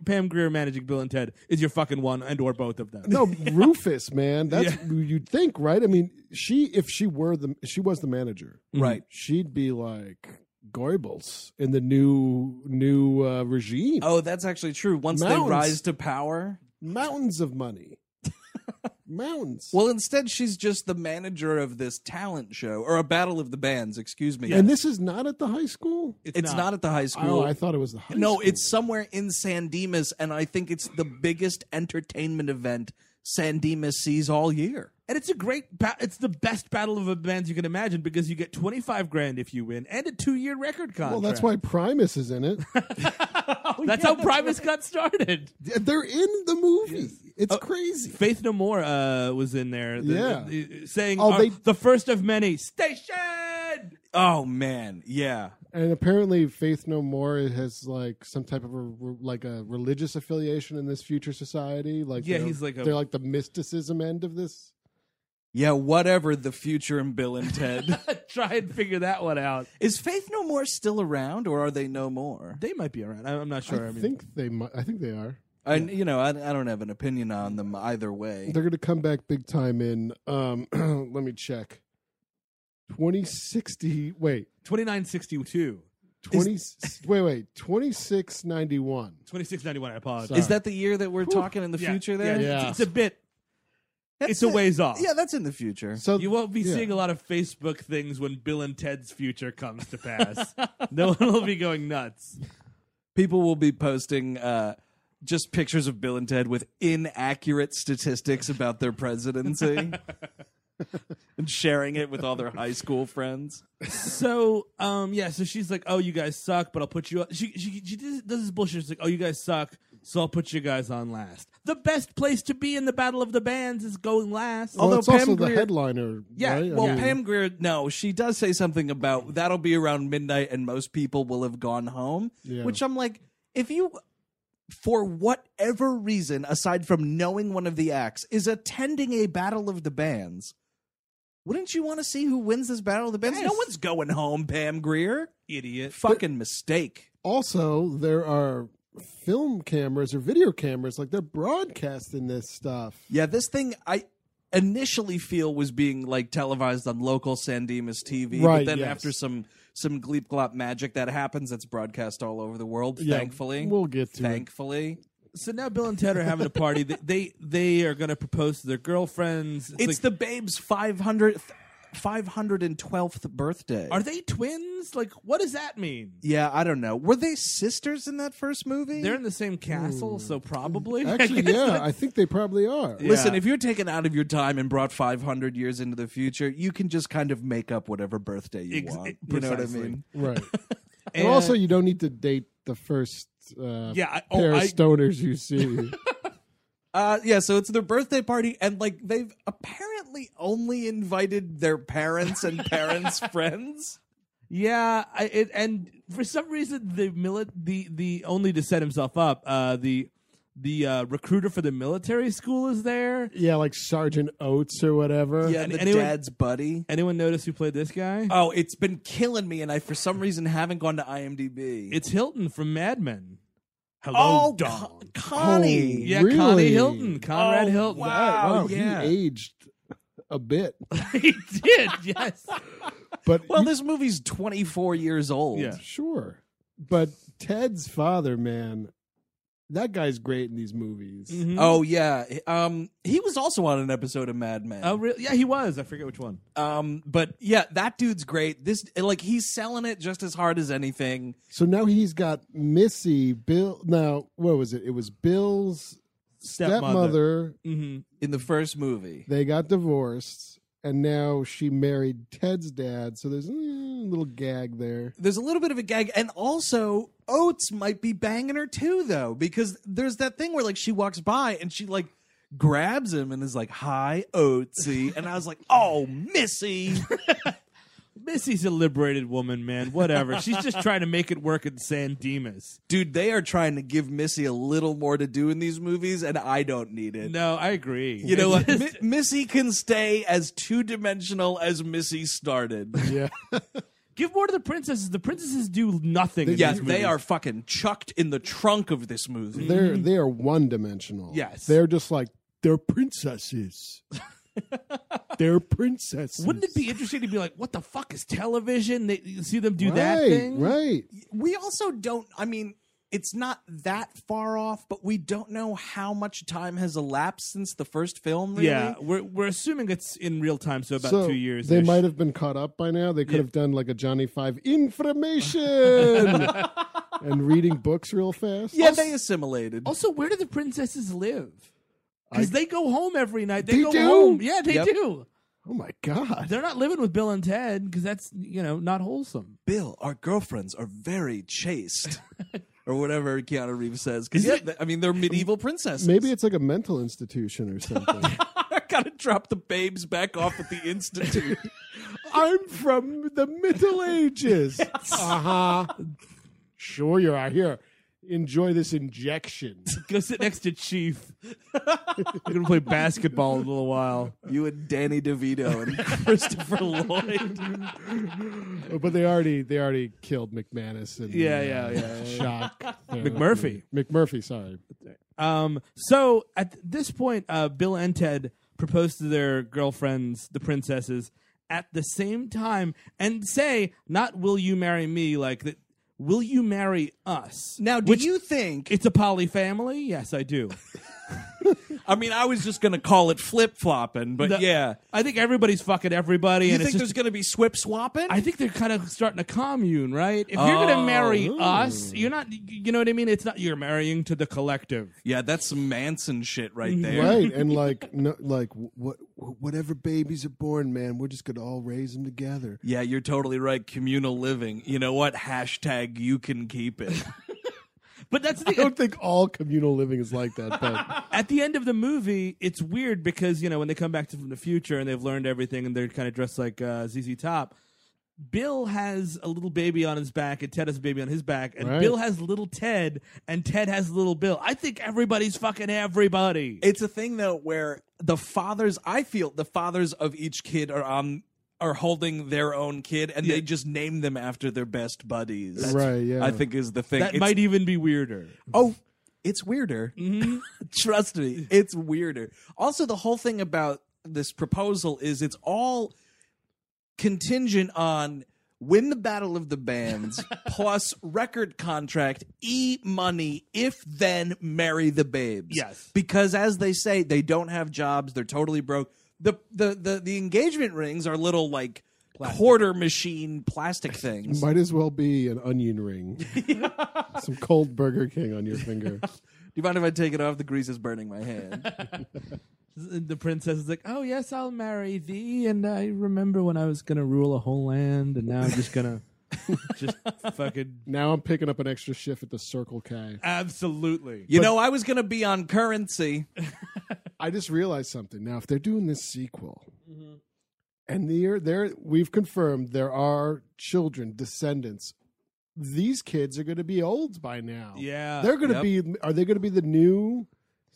Speaker 6: Pam Greer managing Bill and Ted is you're fucking one and or both of them.
Speaker 3: No, Rufus, man. That's who you'd think, right? I mean, she if she were the she was the manager,
Speaker 5: Right.
Speaker 3: She'd be like Goebbels in the new new uh, regime.
Speaker 5: Oh, that's actually true. Once they
Speaker 3: Mountains.
Speaker 5: rise to power.
Speaker 3: Mountains of money. Mountains.
Speaker 5: Well, instead, she's just the manager of this talent show or a battle of the bands, excuse me.
Speaker 3: and this is not at the high school.
Speaker 5: it's, not. at the high school.
Speaker 3: Oh, I thought it was the high
Speaker 5: no,
Speaker 3: school.
Speaker 5: it's somewhere in San Dimas, and I think it's the biggest entertainment event San Dimas sees all year.
Speaker 6: And it's a great, ba- it's the best battle of the bands you can imagine because you get 25 grand if you win and a two year record contract.
Speaker 3: well, that's why Primus is in it.
Speaker 5: Oh,
Speaker 6: That's how Primus got started.
Speaker 3: They're in the movie. It's
Speaker 5: Oh,
Speaker 3: crazy.
Speaker 6: Faith No More uh, was in there the-
Speaker 3: Yeah.
Speaker 6: the- uh, saying
Speaker 3: Oh,
Speaker 6: uh,
Speaker 3: they-
Speaker 6: the first of many station.
Speaker 5: Oh, man. Yeah.
Speaker 3: And apparently, Faith No More has like some type of a re- like a religious affiliation in this future society. Like,
Speaker 6: Yeah,
Speaker 3: they're-
Speaker 6: he's like a-
Speaker 3: they're like the mysticism end of this.
Speaker 5: Yeah, whatever the future in Bill and Ted.
Speaker 6: Try and figure that one out.
Speaker 5: Is Faith No More still around, or are they no more?
Speaker 6: They might be around. I- I'm not sure.
Speaker 3: I,
Speaker 6: I mean,
Speaker 3: think they might. I think they are.
Speaker 5: I, you know, I, I don't have an opinion on them either way.
Speaker 3: They're going to come back big time in. Um, let me check. Twenty sixty. Wait.
Speaker 6: 2962,
Speaker 3: Twenty. wait. Wait. Twenty six ninety one.
Speaker 6: 2691. I apologize.
Speaker 3: Sorry.
Speaker 5: Is that the year that we're talking in the
Speaker 6: Yeah,
Speaker 5: future
Speaker 6: yeah,
Speaker 5: there?
Speaker 6: it's-
Speaker 3: Yeah.
Speaker 6: it's a bit.
Speaker 5: That's
Speaker 6: It's a
Speaker 5: it.
Speaker 6: ways off.
Speaker 5: Yeah, that's in the future.
Speaker 3: So
Speaker 6: You won't be
Speaker 3: yeah.
Speaker 6: seeing a lot of Facebook things when Bill and Ted's future comes to pass. no one will be going nuts.
Speaker 5: People will be posting uh, just pictures of Bill and Ted with inaccurate statistics about their presidency and sharing it with all their high school friends.
Speaker 6: So, um, yeah. So she's like, "Oh, you guys suck," but I'll put you. Up. She she she does, does this bullshit. She's like, "Oh, you guys suck," so I'll put you guys on last. The best place to be in the battle of the bands is going last.
Speaker 3: Well,
Speaker 5: although
Speaker 3: it's also
Speaker 5: Pam
Speaker 3: the
Speaker 5: Grier-
Speaker 3: headliner.
Speaker 5: Yeah,
Speaker 3: right? I
Speaker 5: well,
Speaker 3: mean,
Speaker 5: Pam Greer, no, she does say something about that'll be around midnight and most people will have gone home,
Speaker 3: Yeah.
Speaker 5: which I'm like, if you for whatever reason, aside from knowing one of the acts, is attending a battle of the bands, wouldn't you want to see who wins this battle of the bands? No one's going home, Pam Greer.
Speaker 6: Idiot.
Speaker 5: Fucking mistake.
Speaker 3: Also, there are film cameras or video cameras. Like they're broadcasting this stuff.
Speaker 5: Yeah, this thing I initially feel was being like televised on local San Dimas TV, but
Speaker 3: Right,
Speaker 5: then
Speaker 3: yes.
Speaker 5: after some some gleep glop magic that happens, it's broadcast all over the world.
Speaker 3: Yeah,
Speaker 5: thankfully,
Speaker 3: we'll get to it.
Speaker 5: thankfully.
Speaker 6: So now Bill and Ted are having a party. they, they they are going to propose to their girlfriends. It's,
Speaker 5: It's,
Speaker 6: like,
Speaker 5: the babe's 500th, 512th birthday.
Speaker 6: are they twins? Like, what does that mean?
Speaker 5: yeah, I don't know. Were they sisters in that first movie?
Speaker 6: They're in the same castle, so probably.
Speaker 3: Actually, yeah, I think they probably are.
Speaker 5: Listen, if you're taken out of your time and brought 500 years into the future, you can just kind of make up whatever birthday you
Speaker 6: Ex-
Speaker 5: want. You know what I
Speaker 6: precisely.
Speaker 5: mean?
Speaker 3: Right. and also, you don't need to date the first uh,
Speaker 6: Yeah, I- oh,
Speaker 3: pair of
Speaker 6: I-
Speaker 3: stoners you see.
Speaker 5: Uh, yeah, so it's their birthday party, and like they've apparently only invited their parents and parents' friends.
Speaker 6: Yeah, I, it, and for some reason the mili- the the only to set himself up, uh, the the uh, recruiter for the military school is there.
Speaker 3: yeah, like Sergeant Oates or whatever.
Speaker 5: Yeah, and the
Speaker 6: anyone-
Speaker 5: dad's buddy.
Speaker 6: Anyone notice who played this guy?
Speaker 5: Oh, it's been killing me, and I for some reason haven't gone to IMDb.
Speaker 6: it's Hilton from Mad Men. Hello,
Speaker 5: oh,
Speaker 6: Dawn.
Speaker 5: Con- Connie.
Speaker 3: Oh,
Speaker 6: Yeah,
Speaker 3: really?
Speaker 6: Connie Hilton, Conrad
Speaker 5: Oh,
Speaker 6: Hilton.
Speaker 5: wow.
Speaker 3: Wow,
Speaker 5: yeah.
Speaker 3: he aged a bit.
Speaker 6: he did. Yes.
Speaker 3: But
Speaker 5: Well,
Speaker 3: you-
Speaker 5: this movie's 24 years old.
Speaker 6: Yeah.
Speaker 3: sure. But Ted's father, man, that guy's great in these movies.
Speaker 5: Oh yeah. Um, he was also on an episode of Mad Men.
Speaker 6: Oh, really? Yeah, he was. I forget which one.
Speaker 5: Um, but yeah, that dude's great. This like he's selling it just as hard as anything.
Speaker 3: So now he's got Missy, Bill. Now, what was it? It was Bill's stepmother.
Speaker 6: Mm.
Speaker 5: in the first movie.
Speaker 3: They got divorced, and now she married Ted's dad. So there's mm, a little gag there.
Speaker 5: There's a little bit of a gag, and also Oates might be banging her too, though, because there's that thing where like she walks by and she like grabs him and is like, "Hi, Oatesy," and I was like, "Oh, Missy."
Speaker 6: Missy's a liberated woman, man. Whatever. She's just trying to make it work in San Dimas.
Speaker 5: Dude, they are trying to give Missy a little more to do in these movies, and I don't need it.
Speaker 6: No, I agree.
Speaker 5: You know what? Mi- Missy can stay as two dimensional as Missy started.
Speaker 3: Yeah.
Speaker 6: Give more to the princesses. The princesses do nothing. in
Speaker 5: Yeah,
Speaker 6: these
Speaker 5: they
Speaker 6: movies.
Speaker 5: are fucking chucked in the trunk of this movie.
Speaker 6: Mm-hmm.
Speaker 3: They're they are one dimensional.
Speaker 5: Yes.
Speaker 3: They're just like they're princesses. they're princesses.
Speaker 6: Wouldn't it be interesting to be like, what the fuck is television? They you see them do
Speaker 3: right,
Speaker 6: that thing.
Speaker 3: Right.
Speaker 5: We also don't, I mean, it's not that far off, but we don't know how much time has elapsed since the first film, really.
Speaker 6: Yeah, we're we're assuming it's in real time, so about
Speaker 3: so
Speaker 6: two years.
Speaker 3: They might have been caught up by now. They could have done like a Johnny Five information and reading books real fast.
Speaker 5: Yeah, they assimilated.
Speaker 6: Also, where do the princesses live? Because they go home every night. They,
Speaker 3: They
Speaker 6: go
Speaker 3: do?
Speaker 6: home. Yeah, they
Speaker 5: Yep.
Speaker 6: do.
Speaker 3: Oh my god.
Speaker 6: They're not living with Bill and Ted because that's you know not wholesome.
Speaker 5: Bill, our girlfriends are very chaste. or whatever Keanu Reeves says. Because,
Speaker 6: Is
Speaker 5: yeah,
Speaker 6: it-
Speaker 5: th- I mean, they're medieval princesses.
Speaker 3: Maybe it's like a mental institution or something.
Speaker 5: I gotta drop the babes back off at the institute.
Speaker 3: I'm from the Middle Ages. uh huh. Sure, you are. Here, enjoy this injection.
Speaker 6: Go sit next to Chief. We're gonna play basketball in a little while.
Speaker 5: you and Danny DeVito and Christopher Lloyd.
Speaker 3: Oh, but they already they already killed McManus and uh,
Speaker 6: Yeah, yeah, yeah,
Speaker 3: shock therapy.
Speaker 6: McMurphy.
Speaker 3: McMurphy. Sorry,
Speaker 6: Um, so at th- this point, uh, Bill and Ted propose to their girlfriends, the princesses, at the same time and say, not will you marry me, like that, will you marry us?
Speaker 5: Now, do
Speaker 6: Which-
Speaker 5: you think?
Speaker 6: It's a poly family? Yes, I do.
Speaker 5: I mean, I was just going to call it flip flopping, but
Speaker 6: The-
Speaker 5: yeah.
Speaker 6: I think everybody's fucking everybody.
Speaker 5: You
Speaker 6: and
Speaker 5: think
Speaker 6: it's
Speaker 5: there's
Speaker 6: just,
Speaker 5: going to be swip swapping?
Speaker 6: I think they're kind of starting a commune, right? If you're going to marry
Speaker 5: Oh.
Speaker 6: us, you're not, you know what I mean? It's not, you're marrying to the collective.
Speaker 5: yeah, that's some Manson shit Mm-hmm. right there.
Speaker 3: right? And like, no, like what? Whatever babies are born, man, we're just gonna all raise them together.
Speaker 5: Yeah, you're totally right. Communal living. You know what? Hashtag you can keep it.
Speaker 6: But that's the
Speaker 3: I don't think all communal living is like that, but
Speaker 6: at the end of the movie, it's weird because you know when they come back to, from the future and they've learned everything and they're kind of dressed like uh, ZZ Top. Bill has a little baby on his back, and Ted has a baby on his back, and
Speaker 3: Right.
Speaker 6: Bill has little Ted, and Ted has little Bill. I think everybody's fucking everybody.
Speaker 5: It's a thing though where the fathers I feel the fathers of each kid are um are holding their own kid and they just name them after their best buddies.
Speaker 3: Right, yeah.
Speaker 5: I think is the thing.
Speaker 6: that
Speaker 5: It's-
Speaker 6: might even be weirder.
Speaker 5: Oh, it's weirder. Trust me, it's weirder. Also, the whole thing about this proposal is it's all contingent on win the battle of the bands plus record contract e money if then marry the babes
Speaker 6: Yes.
Speaker 5: because as they say they don't have jobs they're totally broke the the the, the engagement rings are little like quarter machine plastic things
Speaker 3: Might as well be an onion ring. Some cold Burger King on your finger.
Speaker 5: do you mind if i take it off the grease is burning my hand
Speaker 6: The princess is like, "Oh yes, I'll marry thee." And I remember when I was gonna rule a whole land, and now I'm just gonna just fucking
Speaker 3: Now I'm picking up an extra shift at the Circle K.
Speaker 6: absolutely.
Speaker 5: You know, I was going to be on currency.
Speaker 3: Hmm? I just realized something. Now, if they're doing this sequel, and there, there, we've confirmed there are children, descendants. These kids are going to be old by now.
Speaker 6: Yeah.
Speaker 3: they're going to be. Are they going to be the new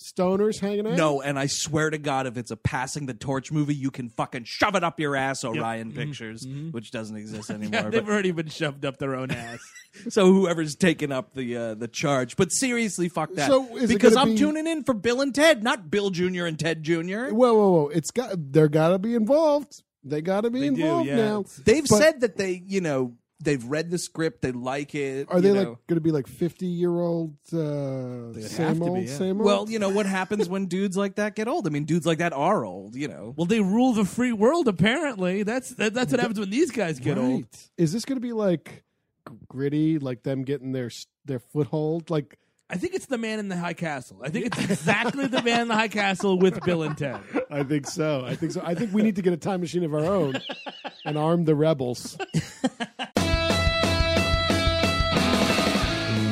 Speaker 3: stoners hanging out?
Speaker 5: No, and I swear to God, if it's a passing the torch movie, you can fucking shove it up your ass, Orion Pictures, which doesn't exist anymore.
Speaker 6: They've
Speaker 5: but-
Speaker 6: already been shoved up their own ass.
Speaker 5: so whoever's taking up the uh, the charge, but seriously, fuck that.
Speaker 3: So is it
Speaker 5: because
Speaker 3: gonna
Speaker 5: I'm
Speaker 3: be-
Speaker 5: tuning in for Bill and Ted, not Bill Jr. and Ted Jr.
Speaker 3: Whoa, whoa, whoa! It's got. They're got to be involved. They got to be
Speaker 6: do,
Speaker 3: involved
Speaker 6: yeah.
Speaker 3: now.
Speaker 5: They've
Speaker 3: But-
Speaker 5: said that they, you know, they've read the script, they like it.
Speaker 3: Are
Speaker 5: you
Speaker 3: they
Speaker 5: know.
Speaker 3: like going to be like fifty year old? Uh, same
Speaker 6: to be,
Speaker 3: old,
Speaker 6: yeah.
Speaker 3: same old.
Speaker 5: Well, you know what happens when dudes like that get old. I mean, dudes like that are old. You know.
Speaker 6: well, they rule the free world. Apparently, that's that, that's what happens when these guys get old.
Speaker 3: Right. Is this going to be like g- gritty, like them getting their s- their foothold? Like
Speaker 6: I think it's the man in the high castle. I think it's exactly the man in the high castle with Bill and Ted.
Speaker 3: I think so. I think so. I think we need to get a time machine of our own and arm the rebels.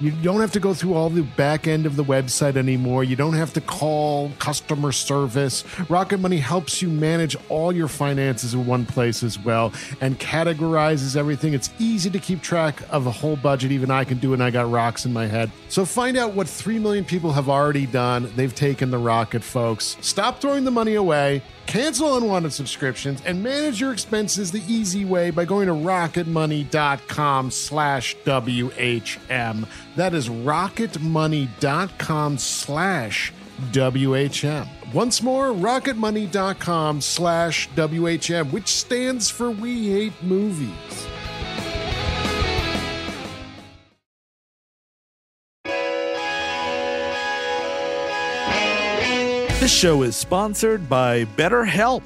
Speaker 3: You don't have to go through all the back end of the website anymore. You don't have to call customer service. Rocket Money helps you manage all your finances in one place as well and categorizes everything. It's easy to keep track of a whole budget. Even I can do it, and I got rocks in my head. So find out what 3 million people have already done. They've taken the rocket, folks. Stop throwing the money away, cancel unwanted subscriptions, and manage your expenses the easy way by going to rocketmoney.com slash WHM. That is rocketmoney.com slash WHM. Once more, rocketmoney.com slash WHM, which stands for We Hate Movies.
Speaker 7: This show is sponsored by BetterHelp.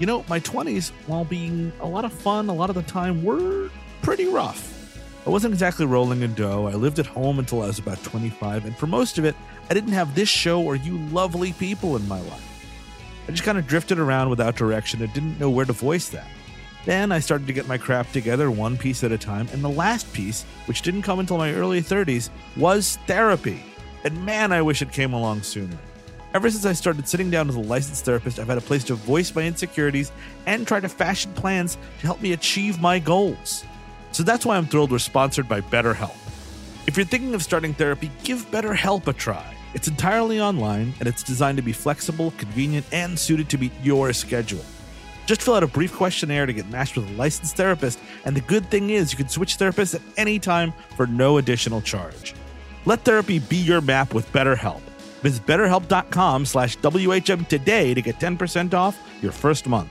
Speaker 7: You know, my 20s, while being a lot of fun a lot of the time, were pretty rough. I wasn't exactly rolling in dough. I lived at home until I was about 25, and for most of it, I didn't have this show or you lovely people in my life. I just kind of drifted around without direction and didn't know where to voice that. Then I started to get my crap together one piece at a time, and the last piece, which didn't come until my early 30s, was therapy. And man, I wish it came along sooner. Ever since I started sitting down with a licensed therapist, I've had a place to voice my insecurities and try to fashion plans to help me achieve my goals. So that's why I'm thrilled we're sponsored by BetterHelp. If you're thinking of starting therapy, give BetterHelp a try. It's entirely online and it's designed to be flexible, convenient, and suited to meet your schedule. Just fill out a brief questionnaire to get matched with a licensed therapist, and the good thing is you can switch therapists at any time for no additional charge. Let therapy be your map with BetterHelp. Visit betterhelp.com slash WHM today to get 10% off your first month.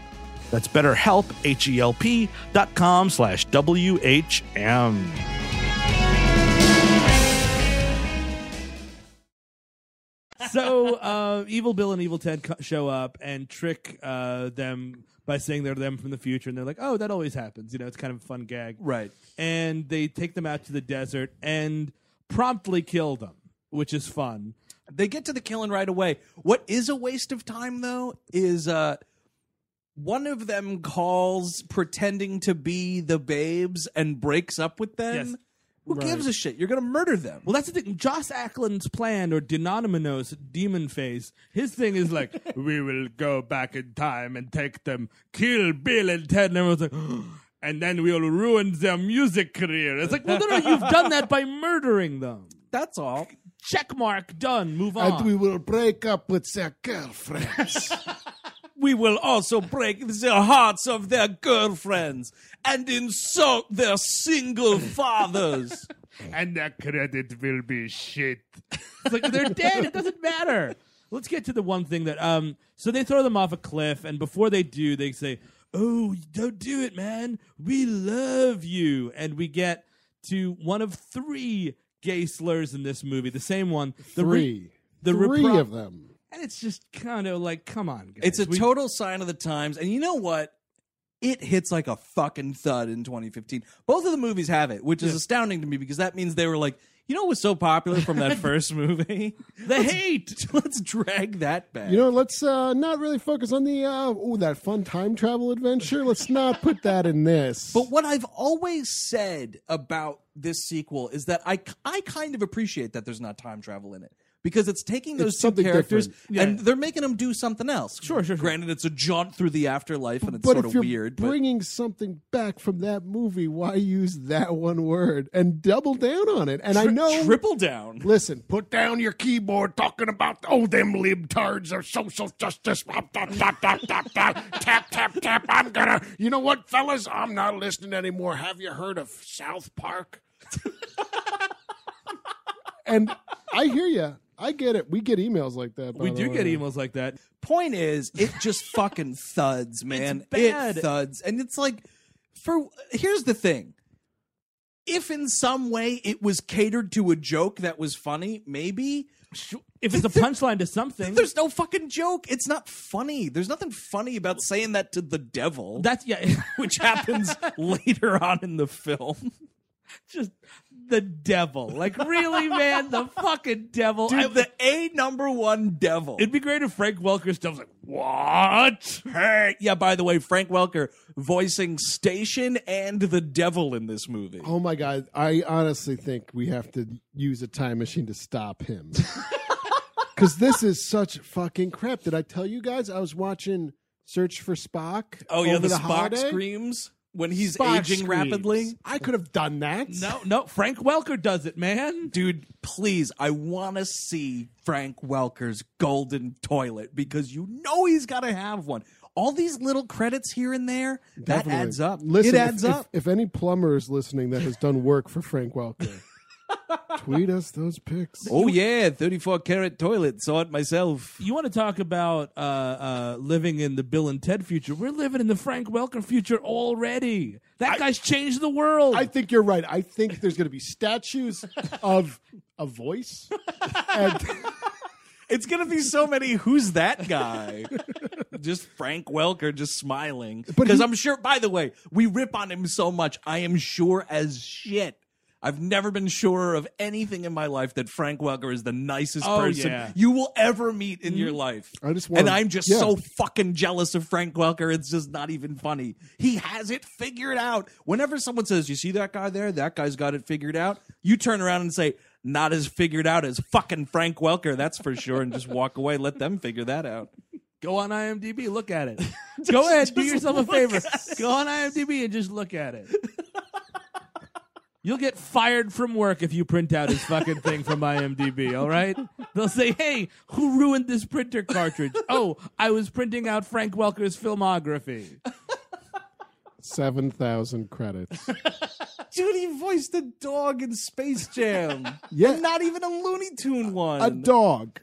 Speaker 7: That's betterhelp, H-E-L-P dot com slash W-H-M.
Speaker 6: so uh, evil bill and evil ted co- show up and trick uh, them by saying they're them from the future and they're like oh that always happens you know it's kind of a fun gag
Speaker 5: Right.
Speaker 6: and they take them out to the desert and promptly kill them which is fun
Speaker 5: They get to the killing right away. What is a waste of time though is uh one of them calls pretending to be the babes and breaks up with them.
Speaker 6: Yes.
Speaker 5: Who gives a shit? You're gonna murder them.
Speaker 6: well that's the thing joss ackland's plan or denominous demon face his thing is like we will go back in time and take them kill bill and ted and everyone's like and then we'll ruin their music career it's like well no no you've done that by murdering them
Speaker 5: That's all.
Speaker 6: check mark done move on
Speaker 3: And we will break up with their girlfriends.
Speaker 5: We will also break the hearts of their girlfriends and insult their single fathers.
Speaker 2: and that credit will be shit.
Speaker 6: It's like they're dead. It doesn't matter. Let's get to the one thing that um. So they throw them off a cliff, and before they do, they say, "Oh, don't do it, man. We love you." And we get to one of three gay slurs in this movie. The same one. The
Speaker 3: Three.
Speaker 6: the
Speaker 3: Three
Speaker 6: repro-
Speaker 3: of them.
Speaker 6: and it's just kind of like, come on, guys.
Speaker 5: It's a
Speaker 6: We-
Speaker 5: total sign of the times. And you know what? It hits like a fucking thud in 2015. Both of the movies have it, which is astounding to me because that means they were like, you know what was so popular from that first movie?
Speaker 6: the hate.
Speaker 5: Let's drag that back.
Speaker 3: You know, let's uh, not really focus on the uh, oh that fun time travel adventure. Let's not put that in this.
Speaker 5: But what I've always said about this sequel is that I, I kind of appreciate that there's not time travel in it because it's taking those
Speaker 3: It's
Speaker 5: two
Speaker 3: something
Speaker 5: characters
Speaker 3: different.
Speaker 5: and they're making them do something else. Sure, sure, Granted, it's a jaunt through the afterlife and it's
Speaker 3: But if
Speaker 5: sort of
Speaker 3: you're
Speaker 5: weird. but-
Speaker 3: bringing something back from that movie, why use that one word and double down on it? And I know.
Speaker 5: triple down.
Speaker 3: Listen, put down your keyboard talking about oh them libtards or social justice. Blah, blah, blah, blah, blah, blah. tap tap tap. I'm gonna. You know what, fellas? I'm not listening anymore. Have you heard of South Park? and I hear you. I get it. We get emails like that. by
Speaker 6: We
Speaker 3: the
Speaker 6: do
Speaker 3: way.
Speaker 6: get emails like that.
Speaker 5: point is it just fucking thuds man
Speaker 6: bad.
Speaker 5: it thuds and it's like for here's the thing if in some way it was catered to a joke that was funny maybe
Speaker 6: If it's a punchline to something,
Speaker 5: there's no fucking joke it's not funny there's nothing funny about saying that to the devil
Speaker 6: that's yeah.
Speaker 5: which happens later on in the film
Speaker 6: just the devil. Like really, man, the fucking devil.
Speaker 5: dude
Speaker 6: I-
Speaker 5: the a number one devil
Speaker 6: It'd be great if Frank Welker's stuff was like, what? Hey.
Speaker 5: yeah by the way frank welker voicing station and the devil in this movie
Speaker 3: Oh my god! I honestly think we have to use a time machine to stop him. Because this is such fucking crap. Did I tell you guys I was watching Search for Spock?
Speaker 5: Oh yeah,
Speaker 3: over
Speaker 5: the, Spock
Speaker 3: holiday?
Speaker 5: screams when he's
Speaker 3: Spock
Speaker 5: aging
Speaker 3: screams.
Speaker 5: rapidly.
Speaker 3: I could have done that.
Speaker 6: No, no, Frank Welker does it, man.
Speaker 5: Dude, please, I want to see Frank Welker's golden toilet because you know he's got to have one. All these little credits here and there, that
Speaker 3: Definitely.
Speaker 5: adds up.
Speaker 3: Listen,
Speaker 5: it
Speaker 3: if-
Speaker 5: adds
Speaker 3: if,
Speaker 5: up.
Speaker 3: If, any plumber is listening that has done work for Frank Welker, tweet us those pics.
Speaker 5: oh yeah, 34 carat toilet, saw it myself.
Speaker 6: You want to talk about uh, uh, living in the Bill and Ted future? We're living in the Frank Welker future already. That guy's changed the world.
Speaker 3: I think you're right. I think there's going to be statues of a voice. And
Speaker 5: It's going to be so many who's that guy? just Frank Welker just smiling.
Speaker 3: But
Speaker 5: Because
Speaker 3: he-
Speaker 5: I'm sure, by the way, we rip on him so much. I am sure as shit. I've never been surer of anything in my life that Frank Welker is the nicest
Speaker 6: Oh,
Speaker 5: person
Speaker 6: yeah.
Speaker 5: you will ever meet in your life.
Speaker 3: I just
Speaker 5: and
Speaker 3: wanna-
Speaker 5: I'm just
Speaker 3: yeah.
Speaker 5: so fucking jealous of Frank Welker. It's just not even funny. He has it figured out. Whenever someone says, "You see that guy there? That guy's got it figured out," you turn around and say, "Not as figured out as fucking Frank Welker, that's for sure," and just walk away. Let them figure that out.
Speaker 6: Go on IMDb, look at it. Go ahead, do yourself a favor. Go on IMDb and just look at it. You'll get fired from work if you print out his fucking thing from IMDb, all right? They'll say, hey, who ruined this printer cartridge? Oh, I was printing out Frank Welker's filmography.
Speaker 3: 7,000 credits.
Speaker 5: Dude, he voiced a dog in Space Jam.
Speaker 3: Yeah.
Speaker 5: And not even a Looney Tune one.
Speaker 3: a dog.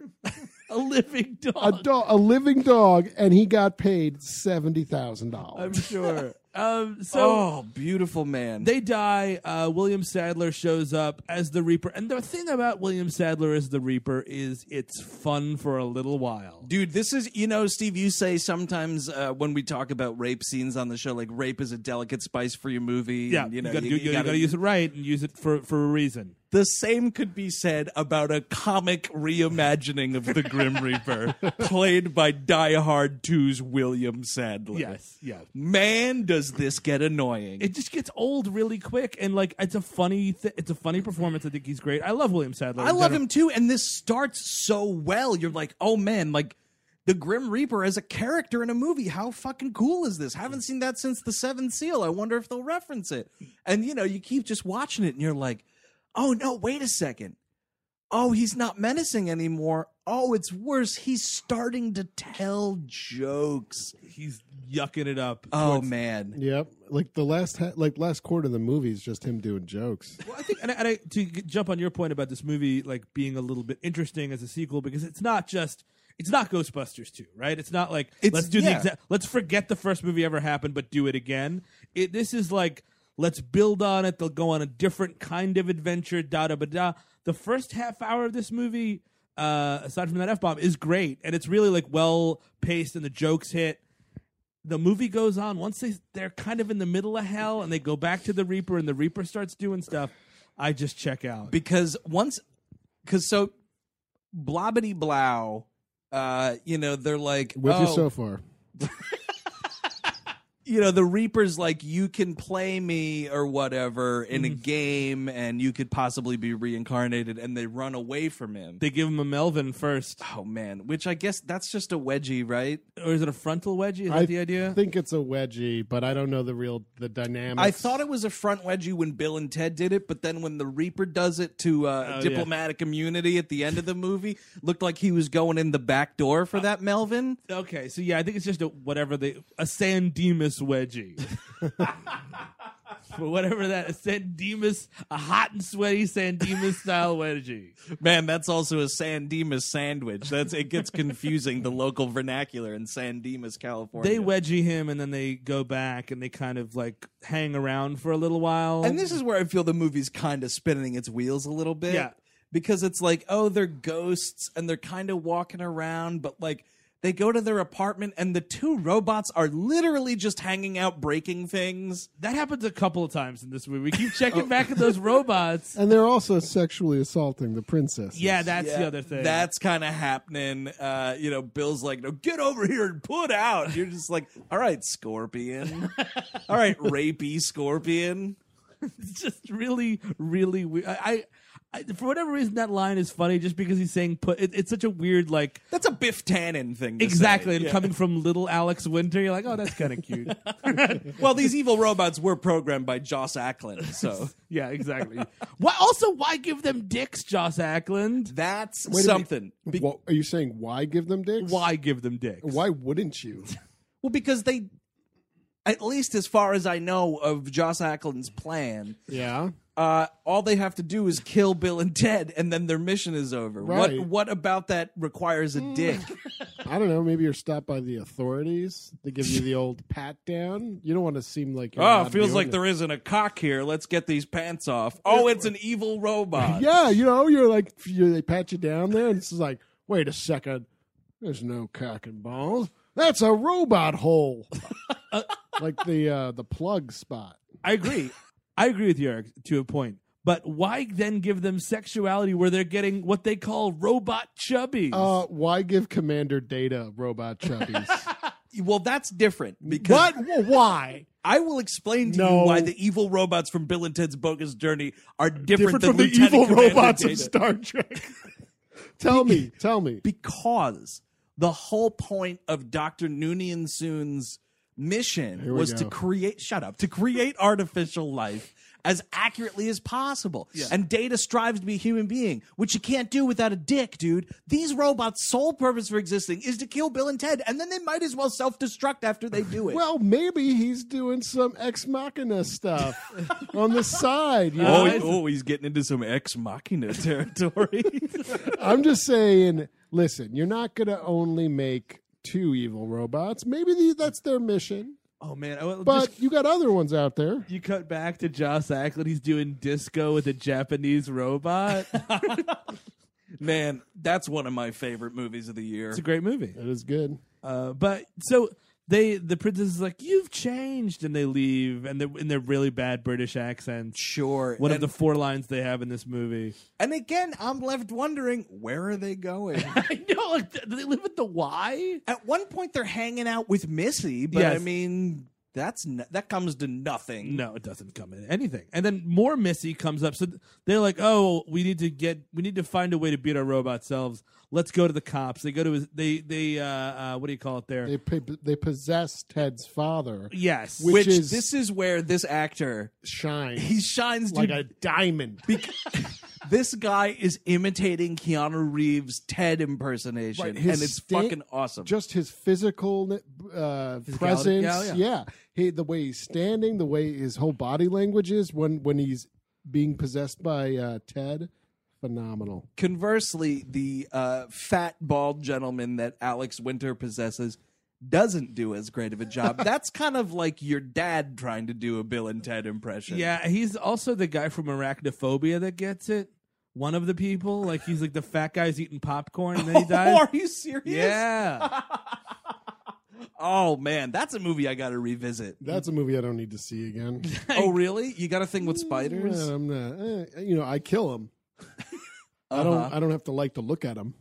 Speaker 6: a living
Speaker 3: a
Speaker 6: dog.
Speaker 3: dog, a living dog, and he got paid seventy thousand
Speaker 6: I'm
Speaker 3: dollars.
Speaker 6: sure. um, so
Speaker 5: Oh, beautiful man.
Speaker 6: They die. Uh, William Sadler shows up as the Reaper. And the thing about William Sadler as the Reaper is it's fun for a little while.
Speaker 5: Dude, this is, you know, Steve, you say sometimes uh, when we talk about rape scenes on the show, like rape is a delicate spice for your movie.
Speaker 6: Yeah,
Speaker 5: and,
Speaker 6: you,
Speaker 5: know,
Speaker 6: gotta, do, you,
Speaker 5: gotta-
Speaker 6: gotta use it right and use it for, for a reason.
Speaker 5: The same could be said about a comic reimagining of the Grim Reaper, played by Die Hard 2's William Sadler.
Speaker 6: Yes, yeah.
Speaker 5: Man, does this get annoying.
Speaker 6: It just gets old really quick, and like it's a funny, th- it's a funny performance. I think he's great. I love William Sadler.
Speaker 5: I
Speaker 6: in
Speaker 5: love
Speaker 6: general.
Speaker 5: him too, and this starts so well. You're like, oh man, like the Grim Reaper as a character in a movie. How fucking cool is this? Haven't seen that since the Seventh Seal. I wonder if they'll reference it. And you know, you keep just watching it, and you're like, oh no, wait a second. Oh, he's not menacing anymore. Oh, it's worse. He's starting to tell jokes.
Speaker 6: He's yucking it up.
Speaker 5: Oh
Speaker 6: towards-
Speaker 5: man.
Speaker 3: Yep, like the last ha- like last quarter of the movie is just him doing jokes.
Speaker 6: Well, I think, and, I- and I, to g- jump on your point about this movie like being a little bit interesting as a sequel because it's not just it's not Ghostbusters two, right? It's not like
Speaker 5: It's-
Speaker 6: let's do
Speaker 5: yeah.
Speaker 6: the exact let's forget the first movie ever happened but do it again. It, this is like let's build on it. They'll go on a different kind of adventure. Da da ba da. The first half hour of this movie, uh, aside from that f bomb, is great, and it's really like well paced, and the jokes hit the movie goes on once they they're kind of in the middle of hell and they go back to the reaper and the reaper starts doing stuff i just check out
Speaker 5: because once because so blobbity blow uh you know they're like
Speaker 3: With you
Speaker 5: oh,
Speaker 3: so far,
Speaker 5: you know the reaper's like you can play me or whatever in a game and you could possibly be reincarnated and they run away from him
Speaker 6: they give him a melvin first
Speaker 5: oh man which i guess that's just a wedgie right
Speaker 6: or is it a frontal wedgie is that
Speaker 3: I
Speaker 6: the idea
Speaker 3: think it's a wedgie, but I don't know the real the dynamics.
Speaker 5: I thought it was a front wedgie when Bill and Ted did it, but then when the Reaper does it to uh,
Speaker 6: Oh, yeah.
Speaker 5: diplomatic immunity at the end of the movie, looked like he was going in the back door for that Melvin.
Speaker 6: okay so yeah i think it's just a whatever they a san dimas wedgie But whatever that a San Dimas, a hot and sweaty San Dimas style wedgie.
Speaker 5: Man, that's also a San Dimas sandwich. That's it gets confusing the local vernacular in San Dimas, California.
Speaker 6: They wedgie him and then they go back and they kind of like hang around for a little while.
Speaker 5: and this is where I feel the movie's kind of spinning its wheels a little bit.
Speaker 6: Yeah.
Speaker 5: Because it's like, oh, they're ghosts and they're kind of walking around, but like they go to their apartment and the two robots are literally just hanging out breaking things.
Speaker 6: that happens a couple of times in this movie. We keep
Speaker 5: Oh.
Speaker 6: checking back at those robots.
Speaker 3: and they're also sexually assaulting the princess.
Speaker 6: Yeah, that's the
Speaker 5: Yeah,
Speaker 6: other thing.
Speaker 5: That's kind of happening. Uh, you know, Bill's like, no, get over here and put out. You're just like, all right, Scorpion. all right, rapey Scorpion.
Speaker 6: It's just really, really weird. I, I, I, for whatever reason, that line is funny just because he's saying put. It, it's such a weird like
Speaker 5: That's a Biff Tannen thing. to
Speaker 6: exactly,
Speaker 5: say.
Speaker 6: and
Speaker 5: Yeah.
Speaker 6: coming from little Alex Winter, you're like, oh, that's kind of cute.
Speaker 5: well, these evil robots were programmed by Joss Ackland, so
Speaker 6: yeah, exactly. why? Also, why give them dicks, Joss Ackland?
Speaker 5: that's
Speaker 3: Wait a minute.
Speaker 5: something. Be-
Speaker 3: Wha- are you saying why give them dicks?
Speaker 6: Why give them dicks?
Speaker 3: Why wouldn't you?
Speaker 5: well, because they, at least as far as I know of Joss Ackland's plan,
Speaker 3: Yeah.
Speaker 5: uh, all they have to do is kill Bill and Ted, and then their mission is over.
Speaker 3: Right. Mm.
Speaker 5: What What about that requires a dick?
Speaker 3: I don't know. Maybe you're stopped by the authorities. They give you the old pat down. You don't want to seem like you're
Speaker 5: Oh,
Speaker 3: not
Speaker 5: feels
Speaker 3: doing
Speaker 5: like
Speaker 3: it.
Speaker 5: there isn't a cock here. Let's get these pants off. Oh, it's an evil robot.
Speaker 3: Yeah, you know, you're like you they pat you down there, and it's like, wait a second, there's no cock and balls. That's a robot hole, like the uh, the plug spot.
Speaker 6: I agree. I agree with you, Eric, to a point. But why then give them sexuality where they're getting what they call robot chubbies?
Speaker 5: Oh,
Speaker 3: Uh, why give Commander Data robot chubbies?
Speaker 5: Well, that's different because
Speaker 3: what? Why?
Speaker 5: I will explain to
Speaker 3: No.
Speaker 5: you why the evil robots from Bill and Ted's Bogus Journey are different,
Speaker 3: Different from
Speaker 5: than
Speaker 3: the
Speaker 5: Lieutenant
Speaker 3: evil
Speaker 5: Commander
Speaker 3: robots of
Speaker 5: Data.
Speaker 3: Star Trek. tell me, tell me.
Speaker 5: because the whole point of Dr. Noonien Soon's mission
Speaker 3: we
Speaker 5: was
Speaker 3: go.
Speaker 5: to create shut up to create artificial life as accurately as possible. And data strives to be a human being, which you can't do without a dick, dude. These robots' sole purpose for existing is to kill Bill and Ted, and then they might as well self-destruct after they do it.
Speaker 3: Well, maybe he's doing some ex machina stuff on the side. You
Speaker 6: uh,
Speaker 3: know?
Speaker 5: oh, he- oh, he's getting into some ex machina territory.
Speaker 3: I'm just saying listen, you're not going to only make two evil robots. Maybe the, that's their mission,
Speaker 6: Oh man, I, would-
Speaker 3: but
Speaker 6: just,
Speaker 3: you got other ones out there.
Speaker 6: you cut back to Joss Ackland. He's doing disco with a Japanese robot.
Speaker 5: Man, that's one of my favorite movies of the year.
Speaker 6: it's a great movie.
Speaker 3: That is good.
Speaker 6: Uh, but so they, the princess is like, "You've changed," and they leave, and they're in their really bad British accents.
Speaker 5: Sure.
Speaker 6: One
Speaker 5: and,
Speaker 6: of the four lines they have in this movie.
Speaker 5: and again, I'm left wondering where are they going?
Speaker 6: I know. Like, do they live at the Y?
Speaker 5: At one point, they're hanging out with Missy, but I
Speaker 6: Yes.
Speaker 5: mean, that's n- that comes to nothing.
Speaker 6: No, it doesn't come in anything. And then more Missy comes up. So th- they're like, "Oh, we need to get, we need to find a way to beat our robot selves. Let's go to the cops." They go to his, they, they, uh, uh, what do you call it there?
Speaker 3: They po- they possess Ted's father,
Speaker 6: yes,
Speaker 3: Which
Speaker 5: Which
Speaker 3: is-
Speaker 5: this is where this actor
Speaker 3: shines
Speaker 5: he shines.
Speaker 3: like
Speaker 5: Dude,
Speaker 3: a diamond.
Speaker 5: this guy is imitating Keanu Reeves' Ted impersonation,
Speaker 3: Right,
Speaker 5: and
Speaker 3: his
Speaker 5: it's
Speaker 3: sta-
Speaker 5: fucking awesome.
Speaker 3: Just his physical uh, presence,
Speaker 6: yeah, yeah.
Speaker 3: yeah. He, the way he's standing, the way his whole body language is when when he's being possessed by uh, Ted, phenomenal.
Speaker 5: Conversely, the uh, fat bald gentleman that Alex Winter possesses doesn't do as great of a job. That's kind of like your dad trying to do a Bill and Ted impression.
Speaker 6: Yeah, he's also the guy from Arachnophobia that gets it. One of the people, like he's like the fat guy's eating popcorn and then he dies.
Speaker 5: Oh, Are you serious?
Speaker 6: yeah,
Speaker 5: Oh man, that's a movie I got to revisit.
Speaker 3: That's a movie I don't need to see again.
Speaker 5: oh really? You got a thing with spiders?
Speaker 3: Well, I'm not. eh, you know, I kill him. I don't. I don't have to like to look at him.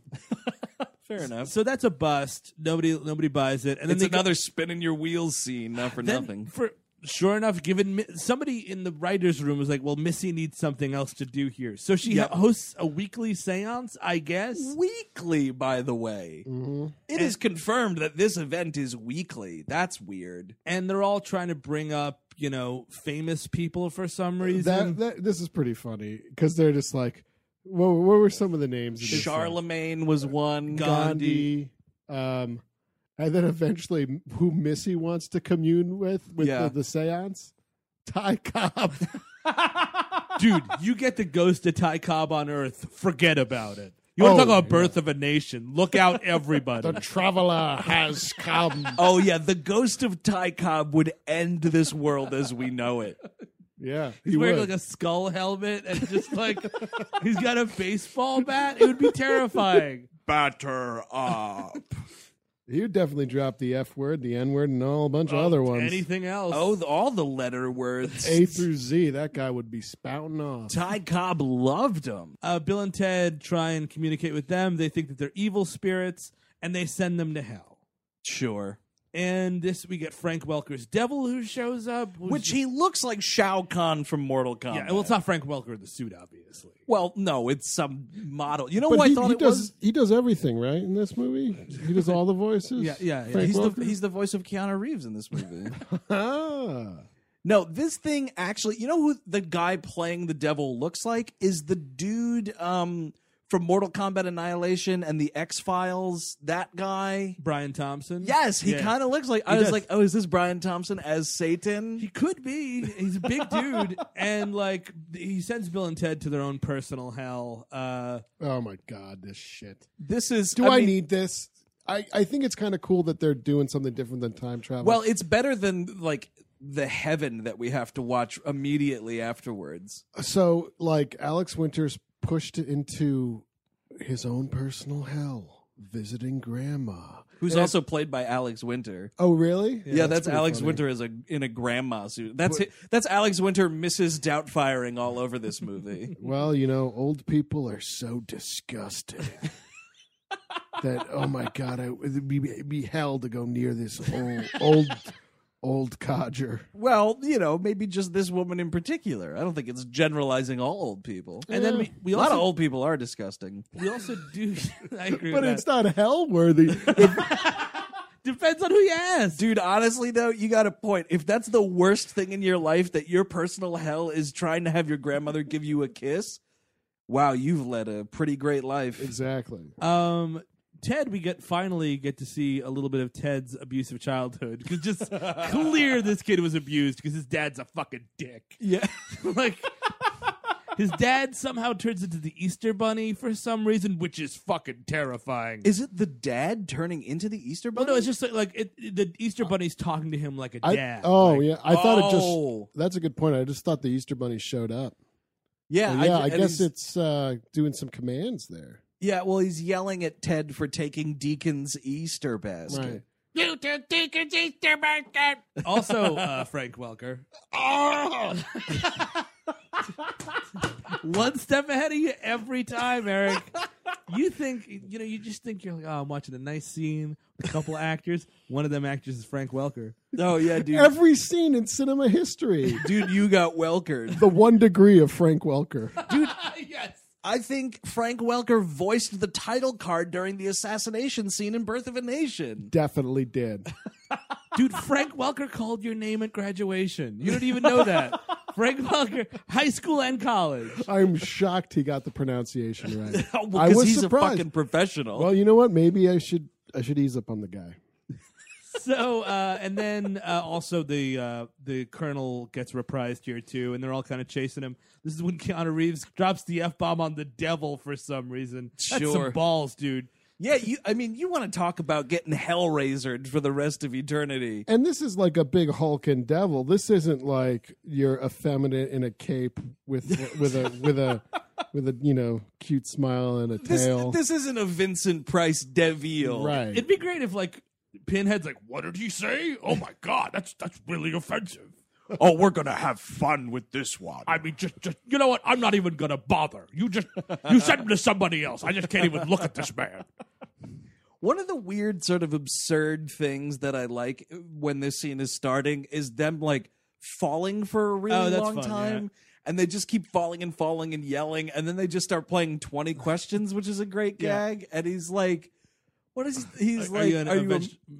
Speaker 5: Fair enough.
Speaker 6: so that's a bust. Nobody, nobody buys it. And then
Speaker 5: It's
Speaker 6: they go-
Speaker 5: another spinning your wheels scene, not for
Speaker 6: then
Speaker 5: nothing.
Speaker 6: For sure enough, given Mi- somebody in the writers' room was like, "Well, Missy needs something else to do here," so she
Speaker 5: Yep.
Speaker 6: ho- hosts a weekly séance, I guess.
Speaker 5: Weekly, by the way. It is confirmed that this event is weekly. That's weird.
Speaker 6: And they're all trying to bring up, you know, famous people for some reason.
Speaker 3: That, that this is pretty funny because they're just like, what, what were some of the names? in this thing?
Speaker 5: Charlemagne was one.
Speaker 3: Gandhi, um, and then eventually who Missy wants to commune with with
Speaker 5: Yeah.
Speaker 3: the, the seance. Ty Cobb.
Speaker 6: Dude, you get the ghost of Ty Cobb on Earth. Forget about it. You want to
Speaker 3: Oh,
Speaker 6: talk about birth of a nation? Look out, everybody!
Speaker 3: the traveler has come.
Speaker 5: Oh yeah, the ghost of Ty Cobb would end this world as we know it.
Speaker 3: Yeah.
Speaker 6: He's
Speaker 3: he
Speaker 6: wearing
Speaker 3: would.
Speaker 6: like a skull helmet and just like he's got a baseball bat. It would be terrifying.
Speaker 5: Batter up.
Speaker 3: he would definitely drop the F word, the N word, and all a bunch of other ones.
Speaker 6: Anything else?
Speaker 5: Oh, the- all the letter words.
Speaker 3: A through Z, that guy would be spouting off.
Speaker 5: Ty Cobb loved him.
Speaker 6: uh, Bill and Ted try and communicate with them. They think that they're evil spirits, and they send them to hell.
Speaker 5: Sure.
Speaker 6: And this we get Frank Welker's devil who shows up, who's-
Speaker 5: Which he looks like Shao Kahn from Mortal Kombat.
Speaker 6: yeah, well, it's not Frank Welker in the suit, obviously.
Speaker 5: Well, no, it's some model. You know
Speaker 3: But
Speaker 5: what
Speaker 3: he,
Speaker 5: Oh, I thought
Speaker 3: he
Speaker 5: it
Speaker 3: does
Speaker 5: was?
Speaker 3: he does everything, right, in this movie? He does all the voices?
Speaker 6: Yeah, yeah, yeah.
Speaker 3: Frank
Speaker 5: He's the,
Speaker 3: Welker?
Speaker 5: he's the voice of Keanu Reeves in this movie.
Speaker 3: ah.
Speaker 5: no, this thing actually, you know who the guy playing the devil looks like? Is the dude um, from Mortal Kombat Annihilation and the X Files, that guy.
Speaker 6: Brian Thompson.
Speaker 5: Yes, he
Speaker 6: Yeah.
Speaker 5: kind of looks like. I was
Speaker 6: does.
Speaker 5: like, oh, is this Brian Thompson as Satan?
Speaker 6: He could be. He's a big dude, and like he sends Bill and Ted to their own personal hell. Uh,
Speaker 3: Oh my god, this shit.
Speaker 5: this is.
Speaker 3: Do I,
Speaker 5: mean-
Speaker 3: need this? I, I think it's kind of cool that they're doing something different than time travel.
Speaker 5: Well, it's better than like the heaven that we have to watch immediately afterwards.
Speaker 3: so like Alex Winters pushed into his own personal hell, visiting grandma.
Speaker 5: Who's also played by Alex Winter.
Speaker 3: Oh, really?
Speaker 5: Yeah, that's, Alex Winter as a in a grandma suit. That's it that's Alex Winter Mrs. Doubtfiring all over this movie.
Speaker 3: Well, you know, old people are so disgusted that oh my god, I, it'd be, it'd be hell to go near this old old old codger.
Speaker 5: well, you know, maybe just this woman in particular. I don't think it's generalizing all old people.
Speaker 6: and then we, we
Speaker 5: a lot
Speaker 6: also
Speaker 5: of old people are disgusting.
Speaker 6: we also do. I agree.
Speaker 3: But
Speaker 6: with
Speaker 3: it's
Speaker 6: that.
Speaker 3: not hell worthy.
Speaker 6: depends on who you ask.
Speaker 5: Dude, honestly though, you got a point. If that's the worst thing in your life that your personal hell is trying to have your grandmother give you a kiss, wow, you've led a pretty great life.
Speaker 3: exactly.
Speaker 6: Um, Ted, we get finally get to see a little bit of Ted's abusive childhood because just clear this kid was abused because his dad's a fucking dick.
Speaker 5: Yeah.
Speaker 6: like His dad somehow turns into the Easter Bunny for some reason, which is fucking terrifying.
Speaker 5: Is it the dad turning into the Easter
Speaker 6: well,
Speaker 5: Bunny?
Speaker 6: no, it's just like, like it, it- the Easter Bunny's talking to him like a
Speaker 3: I,
Speaker 6: dad.
Speaker 3: oh
Speaker 6: like,
Speaker 3: yeah, I thought
Speaker 6: oh.
Speaker 3: it just. That's a good point. I just thought the Easter Bunny showed up.
Speaker 5: yeah,
Speaker 3: Well, yeah, I,
Speaker 5: and
Speaker 3: guess
Speaker 5: he's-
Speaker 3: it's uh, doing some commands there.
Speaker 5: Yeah, well, he's yelling at Ted for taking Deacon's Easter basket.
Speaker 3: Right.
Speaker 6: Also, uh, Frank Welker. One step ahead of you every time, Eric. You think you know? You just think you're like, oh, I'm watching a nice scene with a couple of actors. One of them actors is Frank Welker.
Speaker 5: Oh yeah, dude.
Speaker 3: Every scene in cinema history.
Speaker 5: dude, you got Welkered.
Speaker 3: the one degree of Frank Welker.
Speaker 6: yes.
Speaker 5: I think Frank Welker voiced the title card during the assassination scene in Birth of a Nation.
Speaker 3: Definitely did.
Speaker 6: Dude, Frank Welker called your name at graduation. You don't even know that. Frank Welker, high school and college.
Speaker 3: I'm shocked he got the pronunciation right.
Speaker 5: Oh,
Speaker 3: I
Speaker 5: because
Speaker 3: was
Speaker 5: he's a
Speaker 3: surprised.
Speaker 5: fucking professional.
Speaker 3: Well, you know what? Maybe I should I should ease up on the guy.
Speaker 6: So, uh, and then uh, also the uh, the colonel gets reprised here too, and they're all kind of chasing him. This is when Keanu Reeves drops the f bomb on the devil for some reason. That's
Speaker 5: Sure.
Speaker 6: some balls, dude.
Speaker 5: yeah, you. I mean, you want to talk about getting hellraisered for the rest of eternity?
Speaker 3: And this is like a big Hulk and devil. This isn't like you're effeminate in a cape with with a with a with a you know cute smile and a
Speaker 5: This,
Speaker 3: tail.
Speaker 5: this isn't a Vincent Price Deville.
Speaker 3: right.
Speaker 6: It'd be great if like Pinhead's like, "What did he say? Oh my god, that's that's really offensive."
Speaker 1: Oh, we're gonna have fun with this one.
Speaker 6: I mean, just just you know what? I'm not even gonna bother. You just you send him to somebody else. I just can't even look at this man.
Speaker 5: One of the weird, sort of absurd things that I like when this scene is starting is them like falling for a really
Speaker 6: Oh, that's
Speaker 5: long
Speaker 6: fun,
Speaker 5: time.
Speaker 6: yeah.
Speaker 5: And they just keep falling and falling and yelling. And then they just start playing 20 questions, which is a great gag. And he's like, what is he's like, are you a,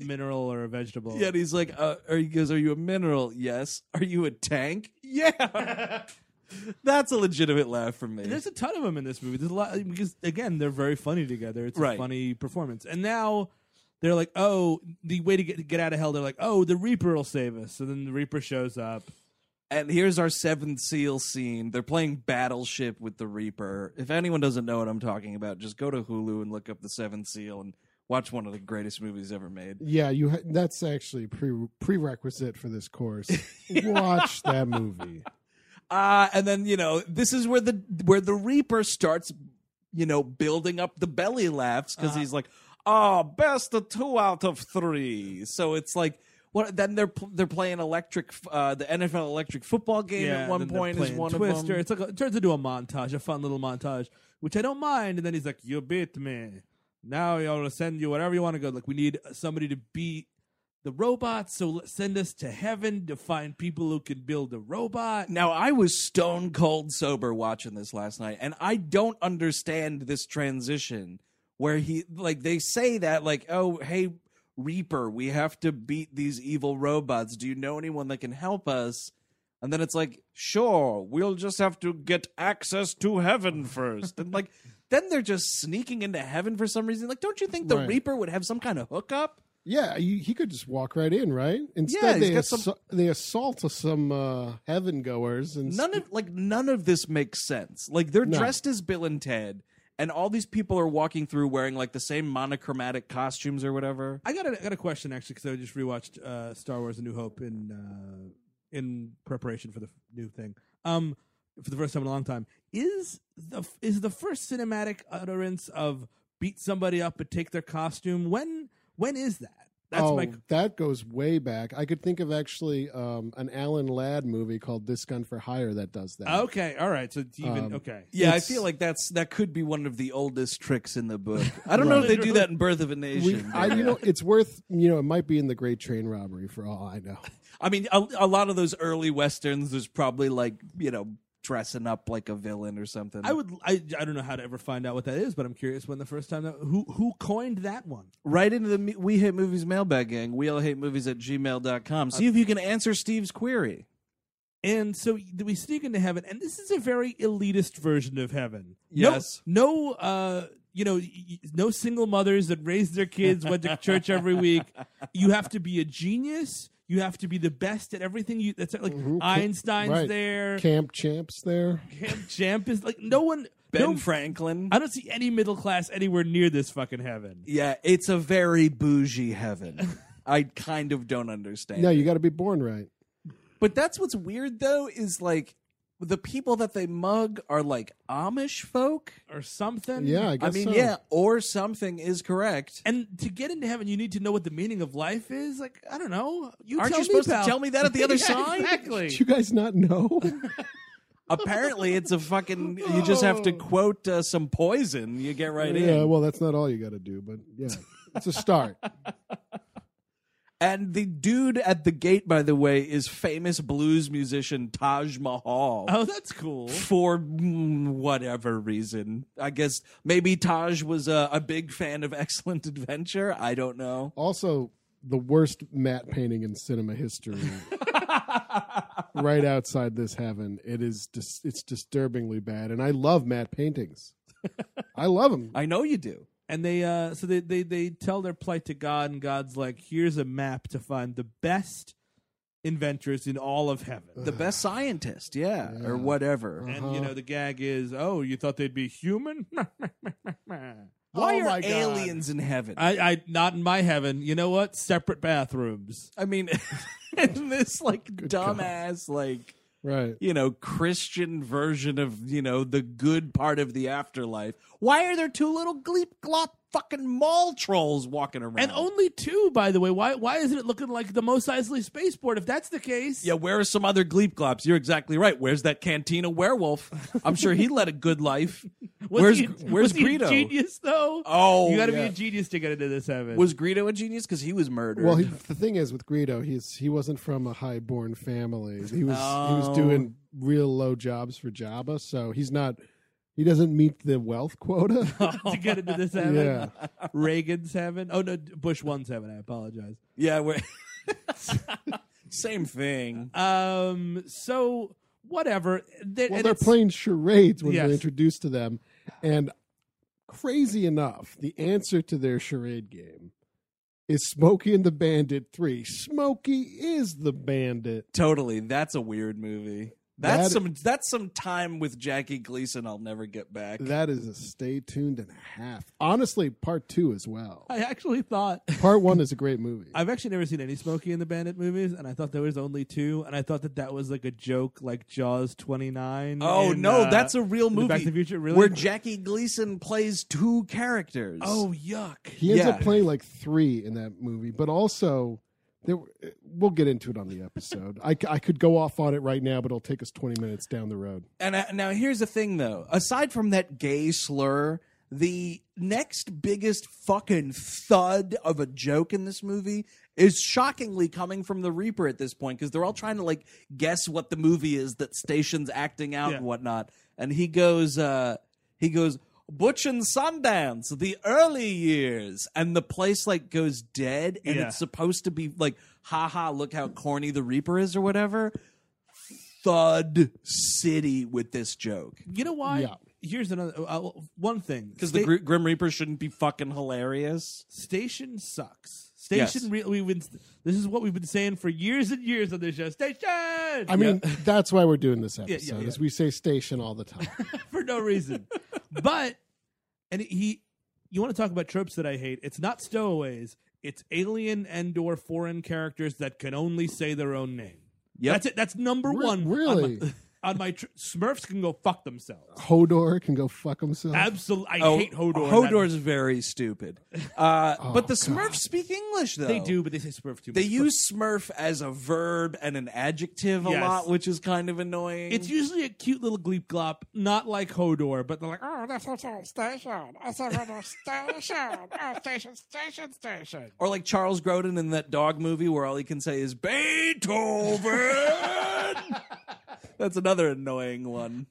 Speaker 6: mineral or a vegetable?
Speaker 5: yeah, and he's like, uh, are you guys, are you a mineral? Yes. Are you a tank? Yeah. That's a legitimate laugh from me.
Speaker 6: There's a ton of them in this movie. There's a lot because again, they're very funny together. It's
Speaker 5: Right.
Speaker 6: a funny performance. And now they're like, oh, the way to get get out of hell. They're like, oh, the Reaper will save us. So then the Reaper shows up.
Speaker 5: And here's our seventh seal scene. They're playing Battleship with the Reaper. If anyone doesn't know what I'm talking about, just go to Hulu and look up the seventh seal and watch one of the greatest movies ever made.
Speaker 3: yeah, you. Ha- that's actually pre- prerequisite for this course. Watch that movie.
Speaker 5: Uh, and then you know this is where the where the Reaper starts, you know, building up the belly laughs
Speaker 6: Uh-huh.
Speaker 5: because he's like, oh, best of two out of three. So it's like. What, then they're pl- they're playing electric f- uh, the NFL electric football game at one
Speaker 6: then they're
Speaker 5: point is
Speaker 6: playing
Speaker 5: one
Speaker 6: Twister.
Speaker 5: of them.
Speaker 6: It's like a, it turns into a montage, a fun little montage, which I don't mind. And then he's like, "You beat me. Now I'll send you whatever you want to go. Like we need somebody to beat the robot. So let- send us to heaven to find people who can build the robot."
Speaker 5: Now, I was stone cold sober watching this last night, and I don't understand this transition where he, like, they say that, like, oh, hey, Reaper, we have to beat these evil robots. Do you know anyone that can help us? And then it's like, sure, we'll just have to get access to heaven first. And, like, then they're just sneaking into heaven for some reason. Like, don't you think the
Speaker 3: Right.
Speaker 5: Reaper would have some kind of hookup?
Speaker 3: Yeah, you, he could just walk right in, right? Instead,
Speaker 5: he's
Speaker 3: they
Speaker 5: got some-
Speaker 3: assa- they assault some uh, heaven goers and
Speaker 5: none of like none of this makes sense. Like they're
Speaker 3: No.
Speaker 5: dressed as Bill and Ted, and all these people are walking through wearing like the same monochromatic costumes or whatever.
Speaker 6: I got a, I got a question actually because I just rewatched uh, Star Wars: A New Hope in uh, in preparation for the f- new thing. Um, for the first time in a long time, is the f- is the first cinematic utterance of beat somebody up but take their costume? When when is that? That's
Speaker 3: oh,
Speaker 6: my
Speaker 3: that goes way back. I could think of actually um, an Alan Ladd movie called This Gun for Hire that does that.
Speaker 6: okay. All right, so it's even
Speaker 3: Oh. Um,
Speaker 6: okay.
Speaker 5: Yeah,
Speaker 3: It's-
Speaker 5: I feel like that's that could be one of the oldest tricks in the book. I don't know if they do that in Birth of a
Speaker 3: We-
Speaker 5: Nation.
Speaker 3: I, you know, it's worth you know, it might be in the Great Train Robbery for all I know.
Speaker 5: I mean, a, a lot of those early westerns, there's probably like you know dressing up like a villain or something.
Speaker 6: I would I, I don't know how to ever find out what that is, but I'm curious when the first time that who who coined that one.
Speaker 5: right into the Me- We Hate Movies mailbag gang. We all hate movies at gmail.com. See if you can answer Steve's query.
Speaker 6: And so we sneak into heaven, and this is a very elitist version of heaven.
Speaker 5: Yes.
Speaker 6: No, no uh, you know, y- y- no single mothers that raised their kids, went to church every week. You have to be a genius. You have to be the best at everything. You that's like
Speaker 5: Mm-hmm.
Speaker 6: Einstein's
Speaker 3: Right.
Speaker 6: there.
Speaker 3: Camp champs there.
Speaker 6: Camp Champ is like no one.
Speaker 5: Ben
Speaker 6: no,
Speaker 5: Franklin.
Speaker 6: I don't see any middle class anywhere near this fucking heaven.
Speaker 5: yeah, it's a very bougie heaven. I kind of don't understand.
Speaker 3: No,
Speaker 5: it.
Speaker 3: you got to be born right.
Speaker 5: But that's what's weird though is like the people that they mug are like Amish folk.
Speaker 6: or something.
Speaker 3: Yeah, I
Speaker 5: I,
Speaker 3: guess
Speaker 5: mean,
Speaker 3: so.
Speaker 5: yeah, or something is correct.
Speaker 6: And to get into heaven, you need to know what the meaning of life is. Like, I don't know. You
Speaker 5: Aren't
Speaker 6: tell
Speaker 5: you supposed
Speaker 6: me,
Speaker 5: to
Speaker 6: pal.
Speaker 5: tell me that at the other
Speaker 6: Yeah,
Speaker 5: side?
Speaker 6: Exactly.
Speaker 3: Do you guys not know?
Speaker 5: Apparently, it's a fucking. You just have to quote uh, some poison. You get right in.
Speaker 3: Oh. yeah, well, that's not all you got to do, but yeah, it's a start.
Speaker 5: And the dude at the gate, by the way, is famous blues musician Taj Mahal.
Speaker 6: Oh, that's cool.
Speaker 5: For mm, whatever reason, I guess maybe Taj was a, a big fan of Excellent Adventure. I don't know.
Speaker 3: also, the worst matte painting in cinema history. right outside this heaven, it is dis- it's disturbingly bad, and I love matte paintings. I love them.
Speaker 5: I know you do.
Speaker 6: And they, uh, so they, they, they tell their plight to God, and God's like, here's a map to find the best inventors in all of heaven.
Speaker 5: The best scientist, yeah, or whatever.
Speaker 3: Uh-huh.
Speaker 6: And, you know, the gag is, oh, you thought they'd be human?
Speaker 5: Why
Speaker 3: Oh
Speaker 5: are
Speaker 3: my God.
Speaker 5: aliens in heaven? I,
Speaker 6: I, I, not in my heaven. You know what? Separate bathrooms.
Speaker 5: mean, in this like dumbass, like
Speaker 3: Right.
Speaker 5: you know, Christian version of you know the good part of the afterlife. Why are there two little gleep glop fucking mall trolls walking around?
Speaker 6: And only two, by the way. Why, why isn't it looking like the Mos Eisley spaceport? If that's the case,
Speaker 5: yeah, where are some other gleep glops? You're exactly right. Where's that cantina werewolf? I'm sure he led a good life.
Speaker 6: Was
Speaker 5: where's
Speaker 6: he- was
Speaker 5: where's
Speaker 6: he a
Speaker 5: Greedo?
Speaker 6: genius though.
Speaker 5: Oh,
Speaker 6: you got to
Speaker 3: yeah.
Speaker 6: be a genius to get into this heaven.
Speaker 5: Was Greedo a genius? Because he was murdered.
Speaker 3: Well, he, the thing is with Greedo, he's he wasn't from a high born family. He was he
Speaker 6: Oh.
Speaker 3: was doing real low jobs for Jabba, so he's not. He doesn't meet the wealth quota.
Speaker 6: to get into this heaven?
Speaker 3: yeah.
Speaker 6: Reagan's heaven. Oh no, Bush one's heaven. I apologize.
Speaker 5: yeah, we same thing.
Speaker 6: Um, so whatever. Th-
Speaker 3: Well,
Speaker 6: and
Speaker 3: they're
Speaker 6: it's-
Speaker 3: playing charades when
Speaker 6: Yes.
Speaker 3: we're introduced to them, and crazy enough, the answer to their charade game is Smokey and the Bandit Three. Smokey is the bandit.
Speaker 5: Totally. That's a weird movie. That's
Speaker 3: That-
Speaker 5: some that's some time with Jackie Gleason I'll never get back.
Speaker 3: That is a stay tuned and a half. Honestly, part two as well.
Speaker 6: I actually thought
Speaker 3: Part one is a great movie.
Speaker 6: I've actually never seen any Smokey and the Bandit movies, and I thought there was only two, and I thought that that was like a joke, like Jaws twenty nine.
Speaker 5: oh no, that's a real
Speaker 6: in uh, the
Speaker 5: movie.
Speaker 6: Back to the Future, really?
Speaker 5: Where Jackie Gleason plays two characters.
Speaker 6: Oh yuck!
Speaker 3: He ends
Speaker 5: Yeah.
Speaker 3: up playing like three in that movie, but also there. were- We'll get into it on the episode. I, c- I could go off on it right now, but it'll take us twenty minutes down the road.
Speaker 5: And uh, now here's the thing though. Aside from that gay slur, the next biggest fucking thud of a joke in this movie is shockingly coming from the Reaper at this point because they're all trying to like guess what the movie is that station's acting out and whatnot. And he goes, uh, he goes, Butch and Sundance, the early years. And the place like goes dead and
Speaker 6: Yeah.
Speaker 5: it's supposed to be like, haha, look how corny the Reaper is or whatever thud city with this joke
Speaker 6: You know why?
Speaker 3: Yeah.
Speaker 6: Here's another uh, one thing
Speaker 5: because
Speaker 6: Sta-
Speaker 5: the Gr- Grim Reaper shouldn't be fucking hilarious.
Speaker 6: Station sucks.
Speaker 5: Yes.
Speaker 6: Station really we've been this is what we've been saying for years and years on this show. Station
Speaker 3: I mean, that's why we're doing this
Speaker 6: yeah,
Speaker 3: episode, is we say station all the time.
Speaker 6: for no reason. but and he you want to talk about tropes that I hate. It's not stowaways, it's alien and or foreign characters that can only say their own name.
Speaker 5: Yep.
Speaker 6: That's it. That's number
Speaker 3: Re-
Speaker 6: one. on my-
Speaker 3: really?
Speaker 6: On my tr- Smurfs can go fuck themselves.
Speaker 3: Hodor can go fuck himself.
Speaker 6: Absolutely, I hate Hodor.
Speaker 5: Hodor's Oh, very stupid. Uh, but the Smurfs speak English though.
Speaker 6: They do, but they say Smurf too.
Speaker 5: They
Speaker 6: much.
Speaker 5: use Smurf as a verb and an adjective a
Speaker 6: Yes.
Speaker 5: lot, which is kind of annoying.
Speaker 6: It's usually a cute little gleep glop, not like Hodor, but they're like, oh, that's what's on station. That's what's on station. Oh, station, station, station.
Speaker 5: or like Charles Grodin in that dog movie where all he can say is Beethoven. That's another annoying one.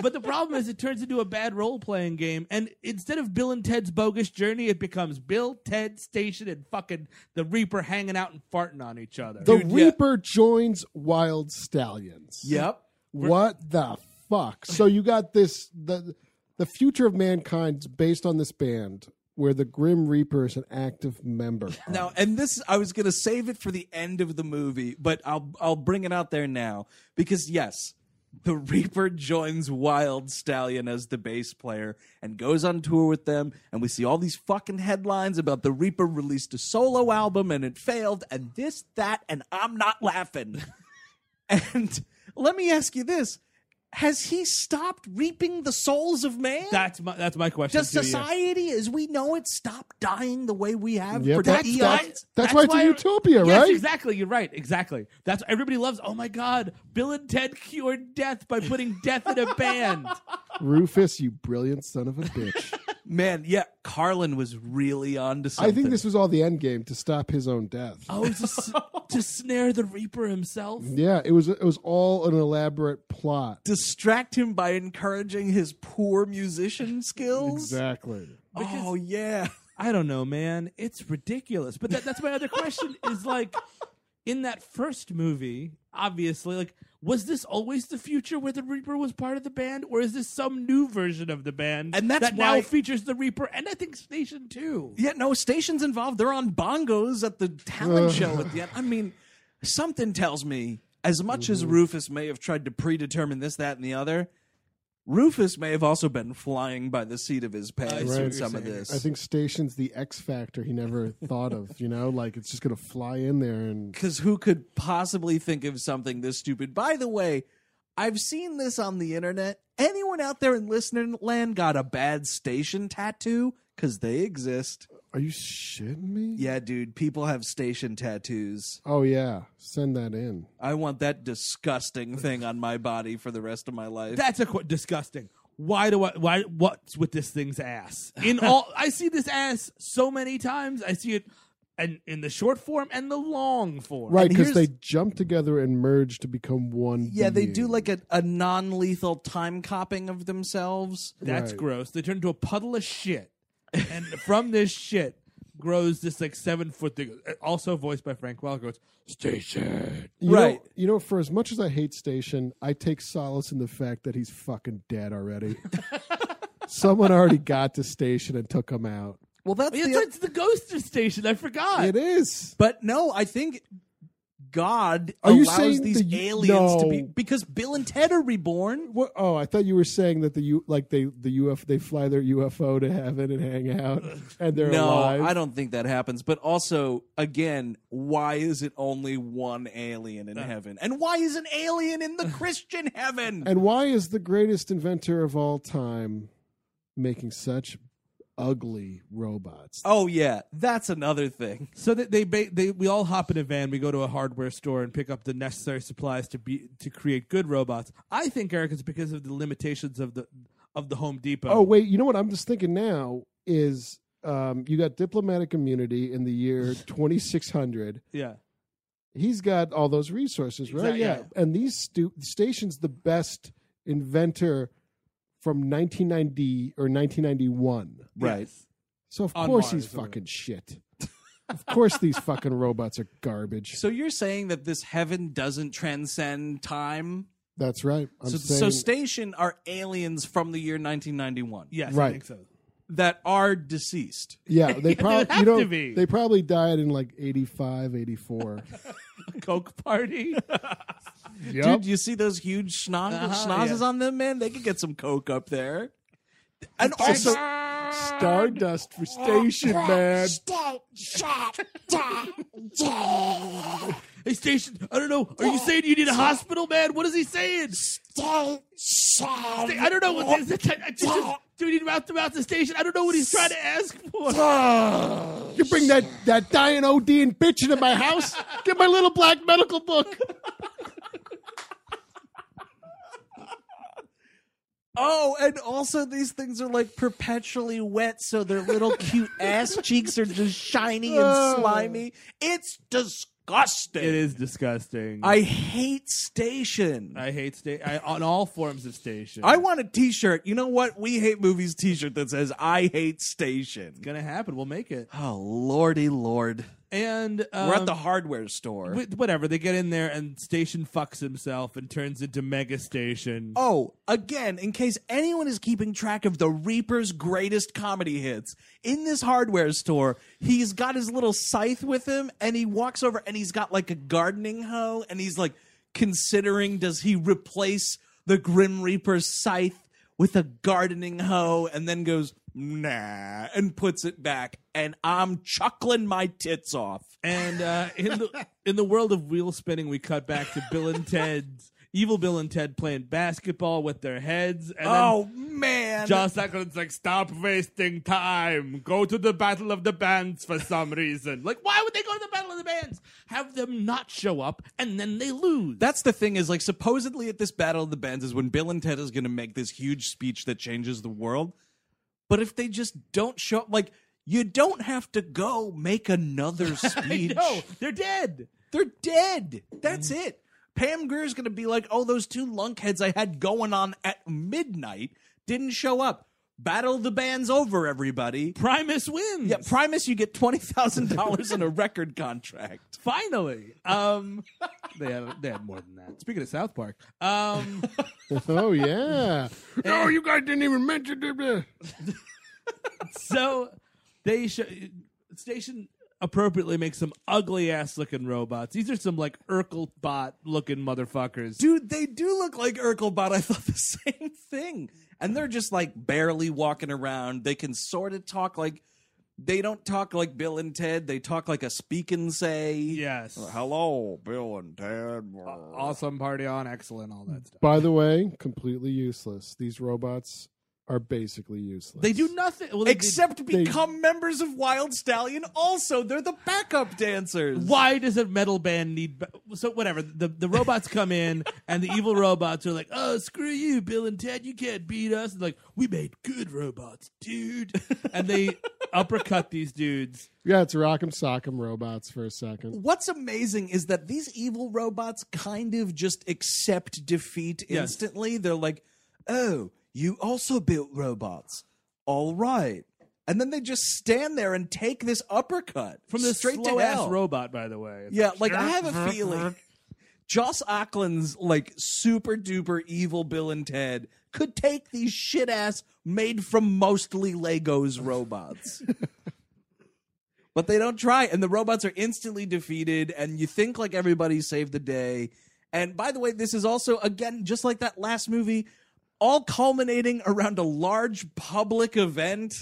Speaker 6: But the problem is, it turns into a bad role playing game. And instead of Bill and Ted's bogus journey, it becomes Bill, Ted, Station, and fucking the Reaper hanging out and farting on each other.
Speaker 3: the
Speaker 5: Dude, yeah.
Speaker 3: Reaper joins Wild Stallions.
Speaker 5: yep.
Speaker 3: What the fuck? So you got this the the future of mankind's based on this band where the Grim Reaper is an active member.
Speaker 5: Now, and this I was gonna save it for the end of the movie, but I'll I'll bring it out there now because yes, the Reaper joins Wild Stallion as the bass player and goes on tour with them, and we see all these fucking headlines about the Reaper released a solo album and it failed, and this, that, and I'm not laughing. and let me ask you this. Has he stopped reaping the souls of man?
Speaker 6: That's my that's my question.
Speaker 5: Does
Speaker 6: too, yeah.
Speaker 5: society as we know it stop dying the way we have
Speaker 8: Yep.
Speaker 5: for
Speaker 8: That's-
Speaker 5: eons?
Speaker 8: that's- that's why it's a utopia,
Speaker 6: Yes,
Speaker 8: right?
Speaker 6: exactly. You're right. Exactly. That's everybody loves. Oh my God, Bill and Ted cured death by putting death in a band.
Speaker 3: Rufus, you brilliant son of a bitch.
Speaker 5: Man, yeah, Carlin was really on to something.
Speaker 3: I think this was all the end game to stop his own death.
Speaker 6: Oh, to, s- to snare the Reaper himself.
Speaker 3: Yeah, it was it was all an elaborate plot.
Speaker 5: distract him by encouraging his poor musician skills.
Speaker 3: Exactly.
Speaker 5: Oh yeah.
Speaker 6: I don't know, man. It's ridiculous. But that, that's my other question is like, in that first movie, obviously, like, was this always the future where the Reaper was part of the band, or is this some new version of the band
Speaker 5: And that's
Speaker 6: that
Speaker 5: why-
Speaker 6: now features the Reaper and I think Station Two?
Speaker 5: Yeah, no, stations involved. They're on bongos at the talent show at the end. I mean, something tells me as much as
Speaker 3: Mm-hmm.
Speaker 5: Rufus may have tried to predetermine this, that, and the other, Rufus may have also been flying by the seat of his pants
Speaker 3: what
Speaker 5: with
Speaker 3: you're
Speaker 5: some of this.
Speaker 3: I think Station's the X factor he never thought of, you know? Like it's just gonna fly in there and
Speaker 5: because who could possibly think of something this stupid? By the way, I've seen this on the internet. Anyone out there in listener land got a bad station tattoo? Because they exist.
Speaker 3: Are you shitting me?
Speaker 5: Yeah, dude, people have station tattoos.
Speaker 3: Oh yeah. Send that in.
Speaker 5: I want that disgusting thing on my body for the rest of my life.
Speaker 6: That's a qu- disgusting. Why do I? Why? What's with this thing's ass? In all, I see this ass so many times. I see it, and in the short form and the long form.
Speaker 3: Right, because
Speaker 5: here's-
Speaker 3: they jump together and merge to become one.
Speaker 5: yeah, they do
Speaker 3: being.
Speaker 5: like a, a non lethal time copping of themselves.
Speaker 6: That's
Speaker 3: Right.
Speaker 6: gross. They turn into a puddle of shit, and from this shit grows this like seven foot thing. Also voiced by Frank Welker. It's station.
Speaker 3: You
Speaker 5: Right.
Speaker 3: Know, you know, for as much as I hate Station, I take solace in the fact that he's fucking dead already. Someone already got to Station and took him out.
Speaker 5: Well, that's
Speaker 6: It's,
Speaker 5: the
Speaker 6: it's the ghost of station. I forgot.
Speaker 3: It is.
Speaker 5: But no, I think God
Speaker 3: Are you
Speaker 5: allows
Speaker 3: saying
Speaker 5: these
Speaker 3: that you-
Speaker 5: aliens to be
Speaker 3: No.
Speaker 5: because Bill and Ted are reborn.
Speaker 3: What, oh, I thought you were saying that the U, like they the UF they fly their UFO to heaven and hang out and they're
Speaker 5: No,
Speaker 3: alive.
Speaker 5: I don't think that happens. But also, again, why is it only one alien
Speaker 3: Uh.
Speaker 5: in heaven? And why is an alien in the Christian heaven?
Speaker 3: And why is the greatest inventor of all time making such ugly robots?
Speaker 5: oh yeah, that's another thing.
Speaker 6: So that they, ba- they we all hop in a van, we go to a hardware store and pick up the necessary supplies to be to create good robots. I think Eric it's because of the limitations of the of the Home Depot.
Speaker 3: Oh wait, you know what I'm just thinking now is um, you got diplomatic immunity in the year 2600.
Speaker 6: yeah.
Speaker 3: He's got all those resources, right?
Speaker 6: Exact-
Speaker 3: yeah.
Speaker 6: yeah.
Speaker 3: And these stu- stations the best inventor from 1990 or 1991.
Speaker 5: Right.
Speaker 3: So of
Speaker 6: On
Speaker 3: course
Speaker 6: Mars,
Speaker 3: he's
Speaker 6: or-
Speaker 3: fucking shit. of course these fucking robots are garbage.
Speaker 5: So you're saying that this heaven doesn't transcend time?
Speaker 3: That's right. I'm
Speaker 5: So,
Speaker 3: saying
Speaker 5: so station are aliens from the year 1991
Speaker 6: Yes, I
Speaker 3: Right.
Speaker 6: think so.
Speaker 5: that are deceased.
Speaker 3: yeah, they probably you
Speaker 6: have
Speaker 3: know
Speaker 6: to be.
Speaker 3: they probably died in like 85, 84.
Speaker 6: Coke party.
Speaker 3: Yep.
Speaker 5: Dude, you see those huge schnoz-
Speaker 3: Uh-huh,
Speaker 5: schnozzes on them, man? They could get some coke up there. And also,
Speaker 3: Stardust for station, man.
Speaker 6: hey station, I don't know. Are you saying you need a hospital, man? What is he saying? Sta- I don't know what is it. I- I just- Do we need mouth to mouth the station? I don't know what he's trying to ask for.
Speaker 3: You bring that, that dying OD and bitch into my house? Get my little black medical book.
Speaker 5: oh, and also these things are like perpetually wet, so their little cute ass cheeks are just shiny and slimy. It's disgusting.
Speaker 6: It is disgusting.
Speaker 5: I hate station. I,
Speaker 6: I hate sta- I, on all forms of station.
Speaker 5: want a T-shirt. You know what? We hate movies T-shirt that says "I hate station."
Speaker 6: gonna happen. We'll make it.
Speaker 5: Oh lordy lord.
Speaker 6: and um,
Speaker 5: We're at the hardware store.
Speaker 6: wh- whatever they get in there and Station fucks himself and turns into Mega Station.
Speaker 5: Oh, again, in case anyone is keeping track of the Reaper's greatest comedy hits, in this hardware store, he's got his little scythe with him, and he walks over and he's got like a gardening hoe, and he's like considering does he replace the Grim Reaper's scythe with a gardening hoe, and then goes, nah, and puts it back. And I'm chuckling my tits off.
Speaker 6: And uh, in the in the world of wheel spinning, we cut back to Bill and Ted's evil Bill and Ted playing basketball with their heads. And
Speaker 5: Oh,
Speaker 6: then
Speaker 5: man.
Speaker 6: Josh Eckland's like, "Stop wasting time. Go to the Battle of the Bands for some reason." Like, why would they go to the Battle of the Bands? Have them not show up, and then they lose.
Speaker 5: That's the thing is like supposedly at this battle of the bands is when Bill and Ted is going to make this huge speech that changes the world. But if they just don't show up, like you don't have to go make another speech.
Speaker 6: no, they're dead.
Speaker 5: They're dead. That's it. Pam Greer's going to be like, "Oh, those two lunkheads I had going on at midnight didn't show up. Battle of the bands over, everybody."
Speaker 6: Primus wins.
Speaker 5: Yeah, Primus, you get twenty thousand dollars in a record contract.
Speaker 6: finally. Um, they had they had more than that. Speaking of South Park, um,
Speaker 3: Oh yeah. no, you guys didn't even mention it.
Speaker 6: so they sh- station appropriately makes some ugly ass looking robots. These are some like Urkel bot looking motherfuckers.
Speaker 5: Dude, they do look like Urkelbot. I thought the same thing. And they're just like barely walking around. They can sort of talk like they don't talk like Bill and Ted. They talk like a speak and say. Uh,
Speaker 6: yes,
Speaker 5: Hello, Bill and Ted.
Speaker 6: awesome party on, excellent, all that stuff.
Speaker 3: By the way, completely useless. These robots are basically useless.
Speaker 6: They do nothing well, they did-
Speaker 5: Except become members of Wild Stallion. Also, they're the backup dancers.
Speaker 6: Why does a metal band need? ba- So whatever. The the robots come in, and the evil robots are like, "Oh, screw you, Bill and Ted, you can't beat us." And like, we made good robots, dude. And they uppercut these dudes.
Speaker 3: Yeah, it's Rock'em Sock'em robots for a second.
Speaker 5: What's amazing is that these evil robots kind of just accept defeat
Speaker 6: Yes.
Speaker 5: instantly. They're like, oh, you also built robots. All right. And then they just stand there and take this uppercut
Speaker 6: from this
Speaker 5: straight
Speaker 6: slow
Speaker 5: to
Speaker 6: ass
Speaker 5: hell.
Speaker 6: robot, by the way.
Speaker 5: Yeah, like I have a feeling Joss Ackland's like super duper evil Bill and Ted could take these shit ass made from mostly Legos robots. but they don't try and the robots are instantly defeated and you think like everybody saved the day. And by the way, this is also again just like that last movie all culminating around a large public event.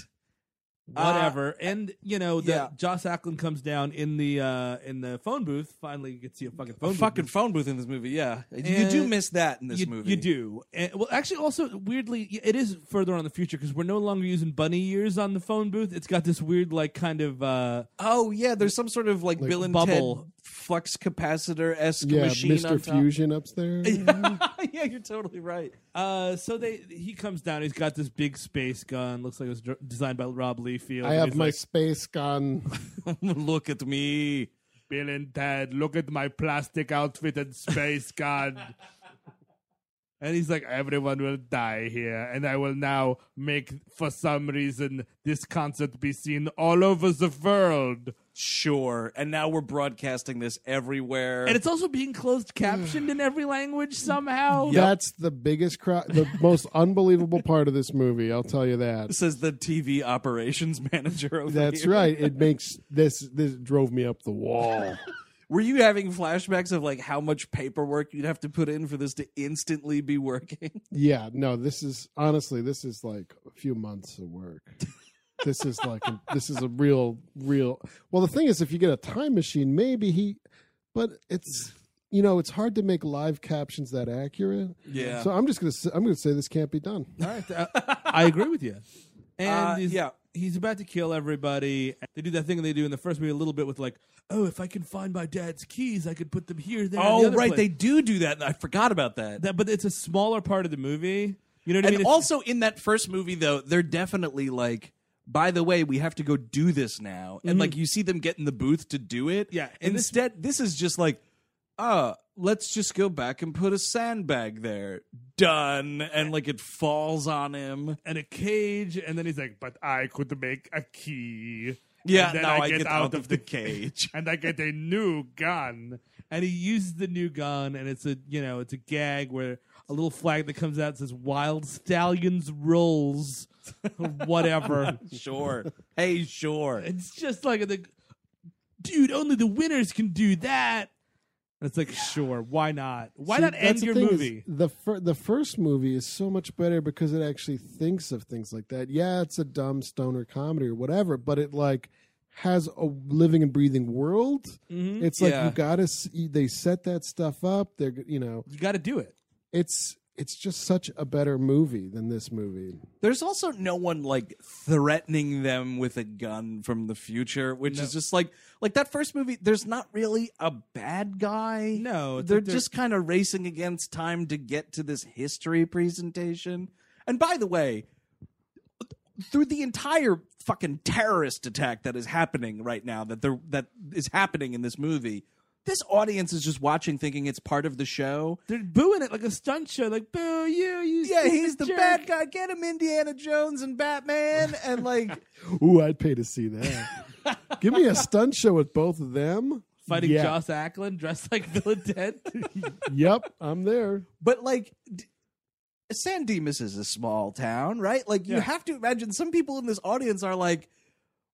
Speaker 6: whatever. and you know, the,
Speaker 5: yeah.
Speaker 6: Joss Ackland comes down in the uh in the phone booth. Finally, you can see a fucking phone.
Speaker 5: A
Speaker 6: booth.
Speaker 5: fucking phone booth in this movie, yeah. you do
Speaker 6: And
Speaker 5: miss that in this
Speaker 6: you,
Speaker 5: movie.
Speaker 6: you do. And, well, actually, also weirdly, y- it is further on in the future because we're no longer using bunny ears on the phone booth. It's got this weird, like, kind of uh
Speaker 5: Oh yeah, there's some sort of like, Bill and
Speaker 6: bubble.
Speaker 5: Ted flux capacitor esque
Speaker 3: Yeah,
Speaker 5: machine on
Speaker 3: Mr.
Speaker 5: top.
Speaker 3: Fusion upstairs.
Speaker 5: yeah, you're totally right.
Speaker 6: uh. So they he comes down. He's got this big space gun. Looks like it was dr- designed by Rob Liefeld.
Speaker 3: I
Speaker 6: and
Speaker 3: have
Speaker 6: he's
Speaker 3: my
Speaker 6: like,
Speaker 3: space gun.
Speaker 5: Look at me.
Speaker 6: Bill and Ted, look at my plastic outfit and space gun. and he's like, everyone will die here, and I will now make, for some reason, this concert be seen all over the world.
Speaker 5: Sure. And now we're broadcasting this everywhere.
Speaker 6: And it's also being closed captioned in every language somehow.
Speaker 3: That's the biggest crowd, the most unbelievable part of this movie. I'll tell you that.
Speaker 5: says the TV operations manager over
Speaker 3: That's
Speaker 5: here.
Speaker 3: right. It makes this this drove me up the wall.
Speaker 5: Were you having flashbacks of like how much paperwork you'd have to put in for this to instantly be working?
Speaker 3: Yeah, no, this is honestly this is like a few months of work. This is like a, this is a real real. Well, the thing is if you get a time machine, maybe he but it's you know, it's hard to make live captions that accurate.
Speaker 5: Yeah.
Speaker 3: So I'm just going to I'm going to say this can't be done.
Speaker 6: I agree with you. And
Speaker 5: Uh,
Speaker 6: he's,
Speaker 5: yeah.
Speaker 6: he's about to kill everybody. They do that thing they do in the first movie a little bit with like, oh, if I can find my dad's keys, I could put them here, there. and the
Speaker 5: Oh,
Speaker 6: other
Speaker 5: right.
Speaker 6: place."
Speaker 5: They do do that. I forgot about that.
Speaker 6: that, but it's a smaller part of the movie. You know what I
Speaker 5: and
Speaker 6: mean? It's-
Speaker 5: also in that first movie though they're definitely like by the way we have to go do this now and like you see them get in the booth to do it
Speaker 6: Mm-hmm. Yeah, and this-
Speaker 5: instead this, is just like uh let's just go back and put a sandbag there done and like it falls on him
Speaker 6: and a cage, and then he's like, "But I could make a key."
Speaker 5: Yeah,
Speaker 6: and then
Speaker 5: now
Speaker 6: I, get, out, of the
Speaker 5: cage.
Speaker 6: and I get a new gun. And he uses the new gun, and it's a you know it's a gag where a little flag that comes out says "Wild Stallions Rolls," or whatever.
Speaker 5: Sure. Hey, sure.
Speaker 6: it's just like the dude. Only the winners can do that. And it's like, sure, why not? Why
Speaker 3: See,
Speaker 6: not end
Speaker 3: that's the
Speaker 6: your
Speaker 3: thing is,
Speaker 6: movie?
Speaker 3: the fir- the first movie is so much better because it actually thinks of things like that. Yeah, it's a dumb stoner comedy or whatever, but it like has a living and breathing world.
Speaker 6: Mhm.
Speaker 3: It's like
Speaker 5: Yeah.
Speaker 3: you gotta see, they set that stuff up. They're g- you know
Speaker 6: You got to do it.
Speaker 3: it's it's just such a better movie than this movie.
Speaker 5: There's also no one like threatening them with a gun from the future, which is just like like that first movie. There's not really a bad guy.
Speaker 6: No, it's
Speaker 5: they're,
Speaker 6: like they're-
Speaker 5: just kind of racing against time to get to this history presentation. And by the way, through the entire fucking terrorist attack that is happening right now, that they're, that is happening in this movie, this audience is just watching, thinking it's part of the show.
Speaker 6: They're booing it like a stunt show. Like, boo you, you.
Speaker 5: Yeah,
Speaker 6: stupid
Speaker 5: he's the
Speaker 6: jerk."
Speaker 5: bad guy. Get him, Indiana Jones and Batman, and like.
Speaker 3: Ooh, I'd pay to see that. Give me a stunt show with both of them.
Speaker 6: fighting
Speaker 3: Yeah.
Speaker 6: Joss Ackland dressed like Bill Dent.
Speaker 3: Yep, I'm there.
Speaker 5: But like, d- San Dimas is a small town, right? Like, you have to imagine some people in this audience are like,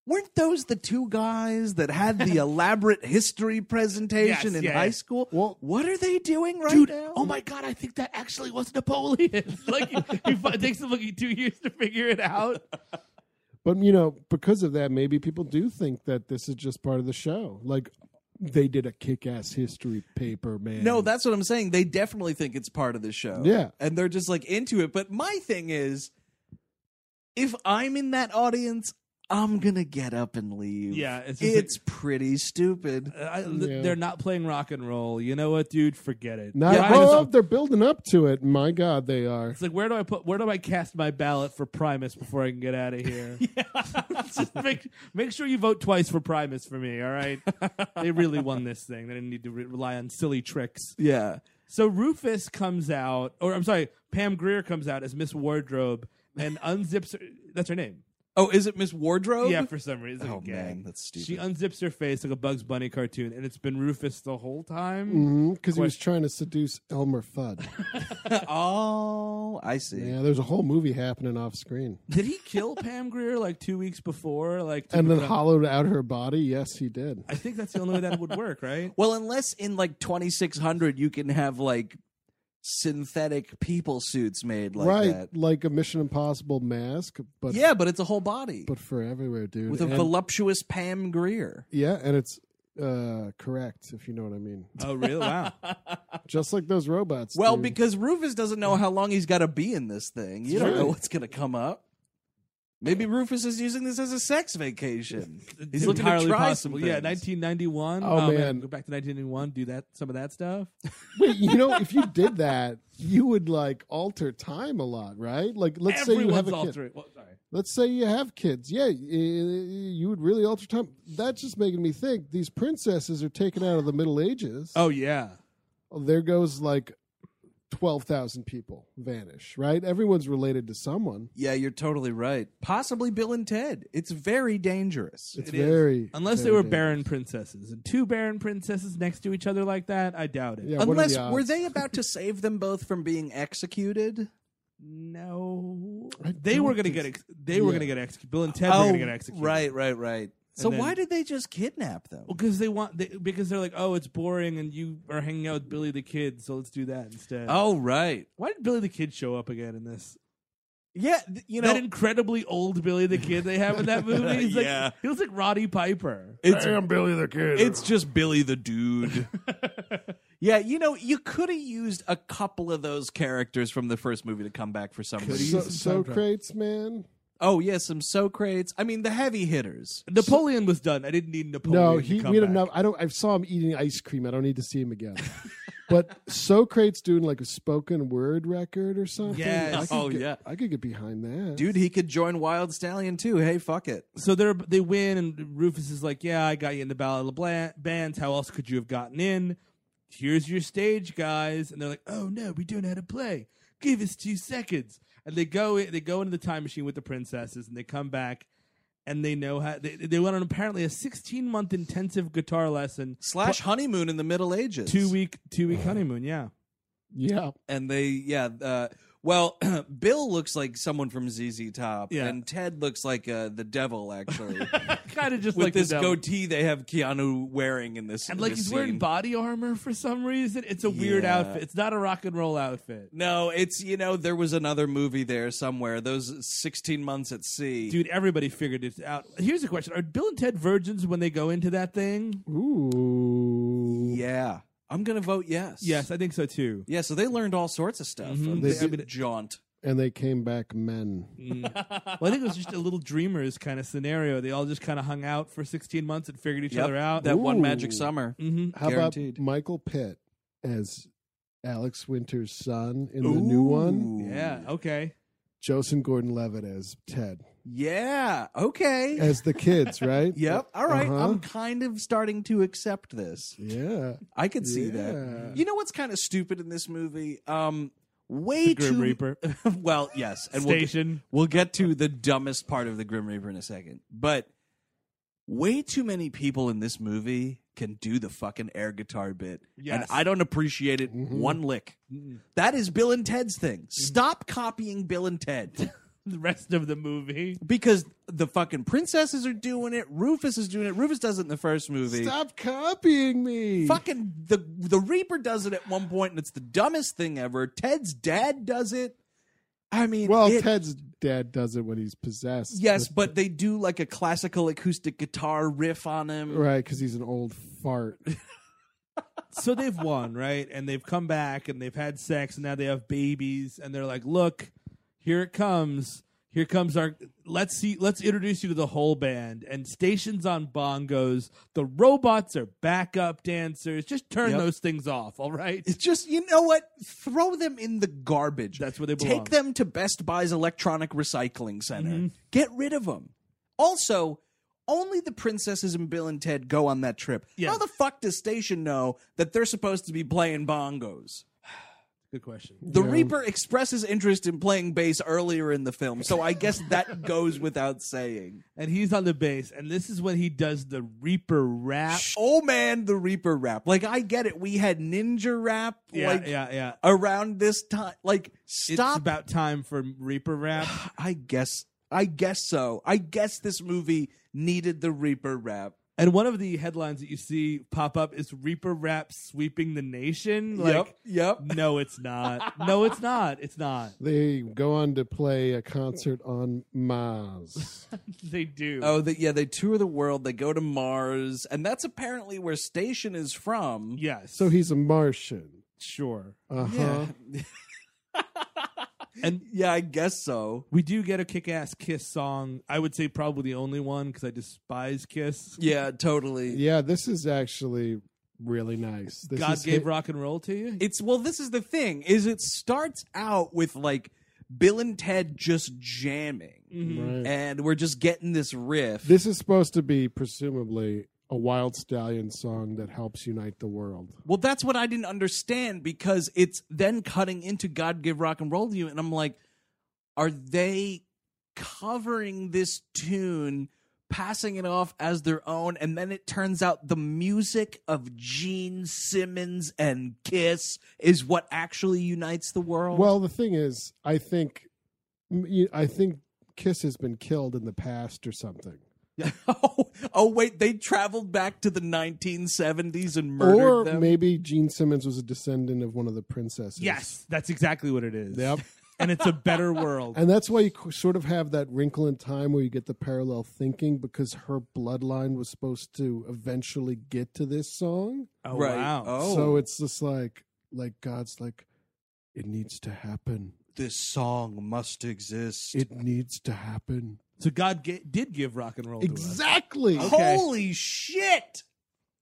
Speaker 5: weren't those the two guys that had the elaborate history presentation
Speaker 6: Yes,
Speaker 5: in
Speaker 6: yeah,
Speaker 5: high
Speaker 6: yeah.
Speaker 5: school?
Speaker 3: Well-
Speaker 5: what are they doing right
Speaker 6: Dude,
Speaker 5: now?
Speaker 6: oh my god, I think that actually was Napoleon. like, he fi- it takes him like two years to figure it out.
Speaker 3: But you know, because of that, maybe people do think that this is just part of the show. Like they did a kick-ass history paper, man.
Speaker 5: No, that's what I'm saying. They definitely think it's part of the show.
Speaker 3: Yeah.
Speaker 5: And they're just like into it. But my thing is, if I'm in that audience, I'm going to get up and leave.
Speaker 6: Yeah, it's just- Uh,
Speaker 5: It's pretty stupid.
Speaker 6: I,
Speaker 3: Yeah.
Speaker 6: They're not playing rock and roll. You know what, dude? Forget it.
Speaker 3: Not,
Speaker 5: Yeah, I
Speaker 3: oh,
Speaker 5: know.
Speaker 3: they're building up to it. My God, they are.
Speaker 6: It's like where do I put where do I cast my ballot for Primus before I can get out of here? Just make make sure you vote twice for Primus for me. All right, they really won this thing. They didn't need to re- rely on silly tricks.
Speaker 5: Yeah.
Speaker 6: So Rufus comes out, or I'm sorry, Pam Greer comes out as Miss Wardrobe and unzips. Her, that's her name.
Speaker 5: Oh, is it Miss Wardrobe?
Speaker 6: Yeah, for some reason.
Speaker 5: Oh,
Speaker 6: Okay.
Speaker 5: man, that's stupid.
Speaker 6: She unzips her face like a Bugs Bunny cartoon, and it's been Rufus the whole time.
Speaker 5: Mm.
Speaker 3: Because Mm, he was trying to seduce Elmer Fudd.
Speaker 5: oh, I see.
Speaker 3: yeah, there's a whole movie happening off screen.
Speaker 6: Did he kill Pam Greer like two weeks before? Like, to
Speaker 3: And then
Speaker 6: become-
Speaker 3: hollowed out her body. Yes, he did.
Speaker 6: I think that's the only way that would work, right?
Speaker 5: Well, unless in like 2600 you can have like synthetic people suits made like
Speaker 3: right,
Speaker 5: that.
Speaker 3: like a Mission Impossible mask, but
Speaker 5: yeah, but it's a whole body
Speaker 3: but for everywhere, dude.
Speaker 5: with a
Speaker 3: And-
Speaker 5: voluptuous Pam Greer.
Speaker 3: yeah, and it's uh correct if you know what I mean.
Speaker 6: Oh, really? Wow.
Speaker 3: Just like those robots.
Speaker 5: Well,
Speaker 3: dude.
Speaker 5: because Rufus doesn't know how long he's got to be in this thing. You don't
Speaker 3: Right.
Speaker 5: know what's going to come up. Maybe Rufus is using this as a sex vacation. He's
Speaker 6: It's
Speaker 5: looking to
Speaker 6: entirely
Speaker 5: try
Speaker 6: possible.
Speaker 5: some
Speaker 6: Yeah,
Speaker 5: things.
Speaker 6: 1991.
Speaker 3: Oh, man.
Speaker 6: Go back to 1991, do that some of that stuff.
Speaker 3: Wait, you know, if you did that, you would like alter time a lot, right? Like, let's say you have a kid.
Speaker 6: altering. Well, sorry.
Speaker 3: Let's say you have kids. Yeah, y- you would really alter time. That's just making me think these princesses are taken out of the Middle Ages. Oh,
Speaker 6: Oh, yeah.
Speaker 3: there goes like twelve thousand people vanish. Right, everyone's related to someone.
Speaker 5: yeah, you're totally right. Possibly Bill and Ted. It's very dangerous.
Speaker 3: It's
Speaker 6: It is.
Speaker 3: very
Speaker 6: Unless they
Speaker 3: very
Speaker 6: were
Speaker 3: dangerous.
Speaker 6: barren princesses. And two barren princesses next to each other like that, I doubt it.
Speaker 3: Yeah, what are
Speaker 5: Unless
Speaker 3: the odds?
Speaker 5: were they about to save them both from being executed?
Speaker 6: No.
Speaker 3: I
Speaker 6: They
Speaker 3: don't
Speaker 6: were going to
Speaker 3: think
Speaker 6: get ex- they were
Speaker 3: yeah.
Speaker 6: going to get executed. Bill and Ted were going to get executed.
Speaker 5: Oh, Right, right, right. So
Speaker 6: then-
Speaker 5: why did they just kidnap them?
Speaker 6: Because they want they, because they're like, "Oh, it's boring and you are hanging out with Billy the Kid, so let's do that instead."
Speaker 5: Oh, right.
Speaker 6: Why did Billy the Kid show up again in this?
Speaker 5: Yeah, th- you know,
Speaker 6: that incredibly old Billy the Kid they have in that movie. He's like,
Speaker 5: Yeah.
Speaker 6: He looks like Roddy Piper.
Speaker 5: it's
Speaker 9: Billy the Kid.
Speaker 5: it's just Billy the dude. yeah, you know, you could have used a couple of those characters from the first movie to come back for some
Speaker 3: so,
Speaker 5: reason.
Speaker 3: Socrates, man.
Speaker 5: oh, yeah, some Socrates. I mean, the heavy hitters.
Speaker 6: Napoleon was done. I didn't need
Speaker 5: Oh,
Speaker 6: Napoleon.
Speaker 3: No,
Speaker 6: to
Speaker 3: he
Speaker 6: come
Speaker 3: we had
Speaker 6: back.
Speaker 3: enough. I don't. I saw him eating ice cream. I don't need to see him again. but Socrates doing like a spoken word record or something.
Speaker 6: Yes.
Speaker 3: I could
Speaker 5: Oh,
Speaker 3: get-
Speaker 5: yeah.
Speaker 3: I could get behind that.
Speaker 5: Dude, he could join Wild Stallion too. Hey, fuck it.
Speaker 6: So they're they win, and Rufus is like, "Yeah, I got you in the Battle of the Bla- Bands. How else could you have gotten in? Here's your stage, guys." And they're like, "Oh no, we don't know how to play. Give us two seconds." And they go they go into the time machine with the princesses, and they come back, and they know how they, they went on apparently a 16 month intensive guitar lesson
Speaker 5: slash honeymoon in the Middle Ages.
Speaker 6: two week two week honeymoon. Yeah,
Speaker 3: Yeah.
Speaker 5: and they yeah. Uh, well, Bill looks like someone from ZZ Top,
Speaker 6: Yeah.
Speaker 5: and Ted looks like uh, the devil actually.
Speaker 6: kind of just
Speaker 5: With
Speaker 6: like the
Speaker 5: this
Speaker 6: devil.
Speaker 5: goatee they have Keanu wearing in this,
Speaker 6: and like
Speaker 5: this
Speaker 6: he's wearing
Speaker 5: scene.
Speaker 6: body armor for some reason. It's a weird
Speaker 5: Yeah.
Speaker 6: outfit. It's not a rock and roll outfit.
Speaker 5: No, it's you know there was another movie there somewhere. Those sixteen months at sea,
Speaker 6: Dude, everybody figured it out. Here's a question: Are Bill and Ted virgins when they go into that thing?
Speaker 3: Ooh.
Speaker 5: Yeah, I'm gonna vote yes.
Speaker 6: Yes, I Mm-hmm. think so too.
Speaker 5: yeah. So they learned all sorts of stuff. from
Speaker 3: They
Speaker 5: this
Speaker 3: did-
Speaker 5: jaunt.
Speaker 3: And they came back men.
Speaker 6: Well, I think it was just a little dreamers kind of scenario. They all just kind of hung out for 16 months and figured each
Speaker 5: Yep,
Speaker 6: other out.
Speaker 5: That one
Speaker 3: Ooh.
Speaker 5: magic summer.
Speaker 6: Mhm.
Speaker 3: How
Speaker 5: Guaranteed.
Speaker 3: about Michael Pitt as Alex Winter's son in the new one?
Speaker 5: Ooh.
Speaker 6: Yeah. Okay.
Speaker 3: Joseph Gordon Levitt as Ted.
Speaker 5: Yeah. Okay.
Speaker 3: As the kids, right?
Speaker 5: Yep. All right.
Speaker 3: Uh-huh.
Speaker 5: I'm kind of starting to accept this.
Speaker 3: Yeah.
Speaker 5: I could see
Speaker 3: Yeah.
Speaker 5: that. You know what's kind of stupid in this movie? Um, way
Speaker 6: Grim
Speaker 5: too.
Speaker 6: Reaper.
Speaker 5: well, yes, and we'll get-
Speaker 6: Station.
Speaker 5: we'll get to the dumbest part of the Grim Reaper in a second, but way too many people in this movie can do the fucking air guitar bit, and
Speaker 6: Yes.
Speaker 5: I don't appreciate it one lick. That is Bill and Ted's thing. Stop copying Bill and Ted.
Speaker 6: The rest of the movie.
Speaker 5: Because the fucking princesses are doing it, Rufus is doing it. Rufus does it in the first movie.
Speaker 3: Stop copying me.
Speaker 5: Fucking the the Reaper does it at one point, and it's the dumbest thing ever. Ted's dad does it. I mean,
Speaker 3: Well,
Speaker 5: it-
Speaker 3: Ted's dad does it when he's possessed.
Speaker 5: Yes, but they do like a classical acoustic guitar riff on him.
Speaker 3: Right, because he's an old fart.
Speaker 6: So they've won, right? And they've come back and they've had sex and now they have babies and they're like, look, here it comes. Here comes our. Let's see. Let's introduce you to the whole band and stations on bongos. The robots are backup dancers. Just turn
Speaker 5: Yep.
Speaker 6: those things off. All right.
Speaker 5: It's just you know what? Throw them in the garbage.
Speaker 6: That's where they belong. Mm-hmm.
Speaker 5: Take them to Best Buy's electronic recycling center. Get rid of them. Also, only the princesses and Bill and Ted go on that trip.
Speaker 6: Yeah.
Speaker 5: How the fuck does Station know that they're supposed to be playing bongos?
Speaker 6: Good question.
Speaker 5: The Reaper expresses interest in playing bass earlier in the film, so I guess that goes without saying.
Speaker 6: and he's on the bass, and this is when he does the Reaper rap.
Speaker 5: Oh man, the Reaper rap. Like I get it. We had ninja rap
Speaker 6: Yeah,
Speaker 5: like
Speaker 6: yeah, yeah.
Speaker 5: around this time. Like
Speaker 6: It's
Speaker 5: stop.
Speaker 6: about time for Reaper rap.
Speaker 5: I guess I guess so. I guess this movie needed the Reaper rap.
Speaker 6: and one of the headlines that you see pop up is Reaper rap sweeping the nation. Like,
Speaker 5: yep, yep.
Speaker 6: no, it's not. No, it's not. It's not.
Speaker 3: They go on to play a concert on Mars.
Speaker 6: They do.
Speaker 5: Oh, that yeah, they tour the world, they go to Mars, and that's apparently where Station is from.
Speaker 6: yes.
Speaker 3: so he's a Martian.
Speaker 6: sure.
Speaker 3: Uh huh.
Speaker 6: And
Speaker 5: Yeah, I guess so.
Speaker 6: we do get a kick-ass Kiss song. I would say probably the only one because I despise Kiss.
Speaker 5: Yeah, totally.
Speaker 3: Yeah, this is actually really nice. This
Speaker 6: God
Speaker 3: is
Speaker 6: gave
Speaker 3: hi-
Speaker 6: rock and roll to you.
Speaker 5: It's well, this is the thing, is it starts out with like Bill and Ted just jamming.
Speaker 3: Right.
Speaker 5: And we're just getting this riff.
Speaker 3: Mm-hmm. This is supposed to be presumably a Wild Stallion song that helps unite the world.
Speaker 5: Well, that's what I didn't understand because it's then cutting into God Give Rock and Roll to You. And I'm like, are they covering this tune, passing it off as their own? And then it turns out the music of Gene Simmons and Kiss is what actually unites the world.
Speaker 3: Well, the thing is, I think, m- you- I think Kiss has been killed in the past or something.
Speaker 5: oh, oh, wait, they traveled back to the 1970s and murdered
Speaker 3: or
Speaker 5: them.
Speaker 3: maybe Gene Simmons was a descendant of one of the princesses.
Speaker 6: Yes, that's exactly what it is.
Speaker 3: Yep.
Speaker 6: And it's a better world.
Speaker 3: And that's why you c- sort of have that wrinkle in time where you get the parallel thinking because her bloodline was supposed to eventually get to this song.
Speaker 6: Oh
Speaker 5: Right.
Speaker 6: wow.
Speaker 5: Oh,
Speaker 3: So it's just like, like God's like, it needs to happen.
Speaker 5: this song must exist.
Speaker 3: It needs to happen.
Speaker 6: So God ga- did give rock and roll to us.
Speaker 3: Exactly.
Speaker 5: Holy shit!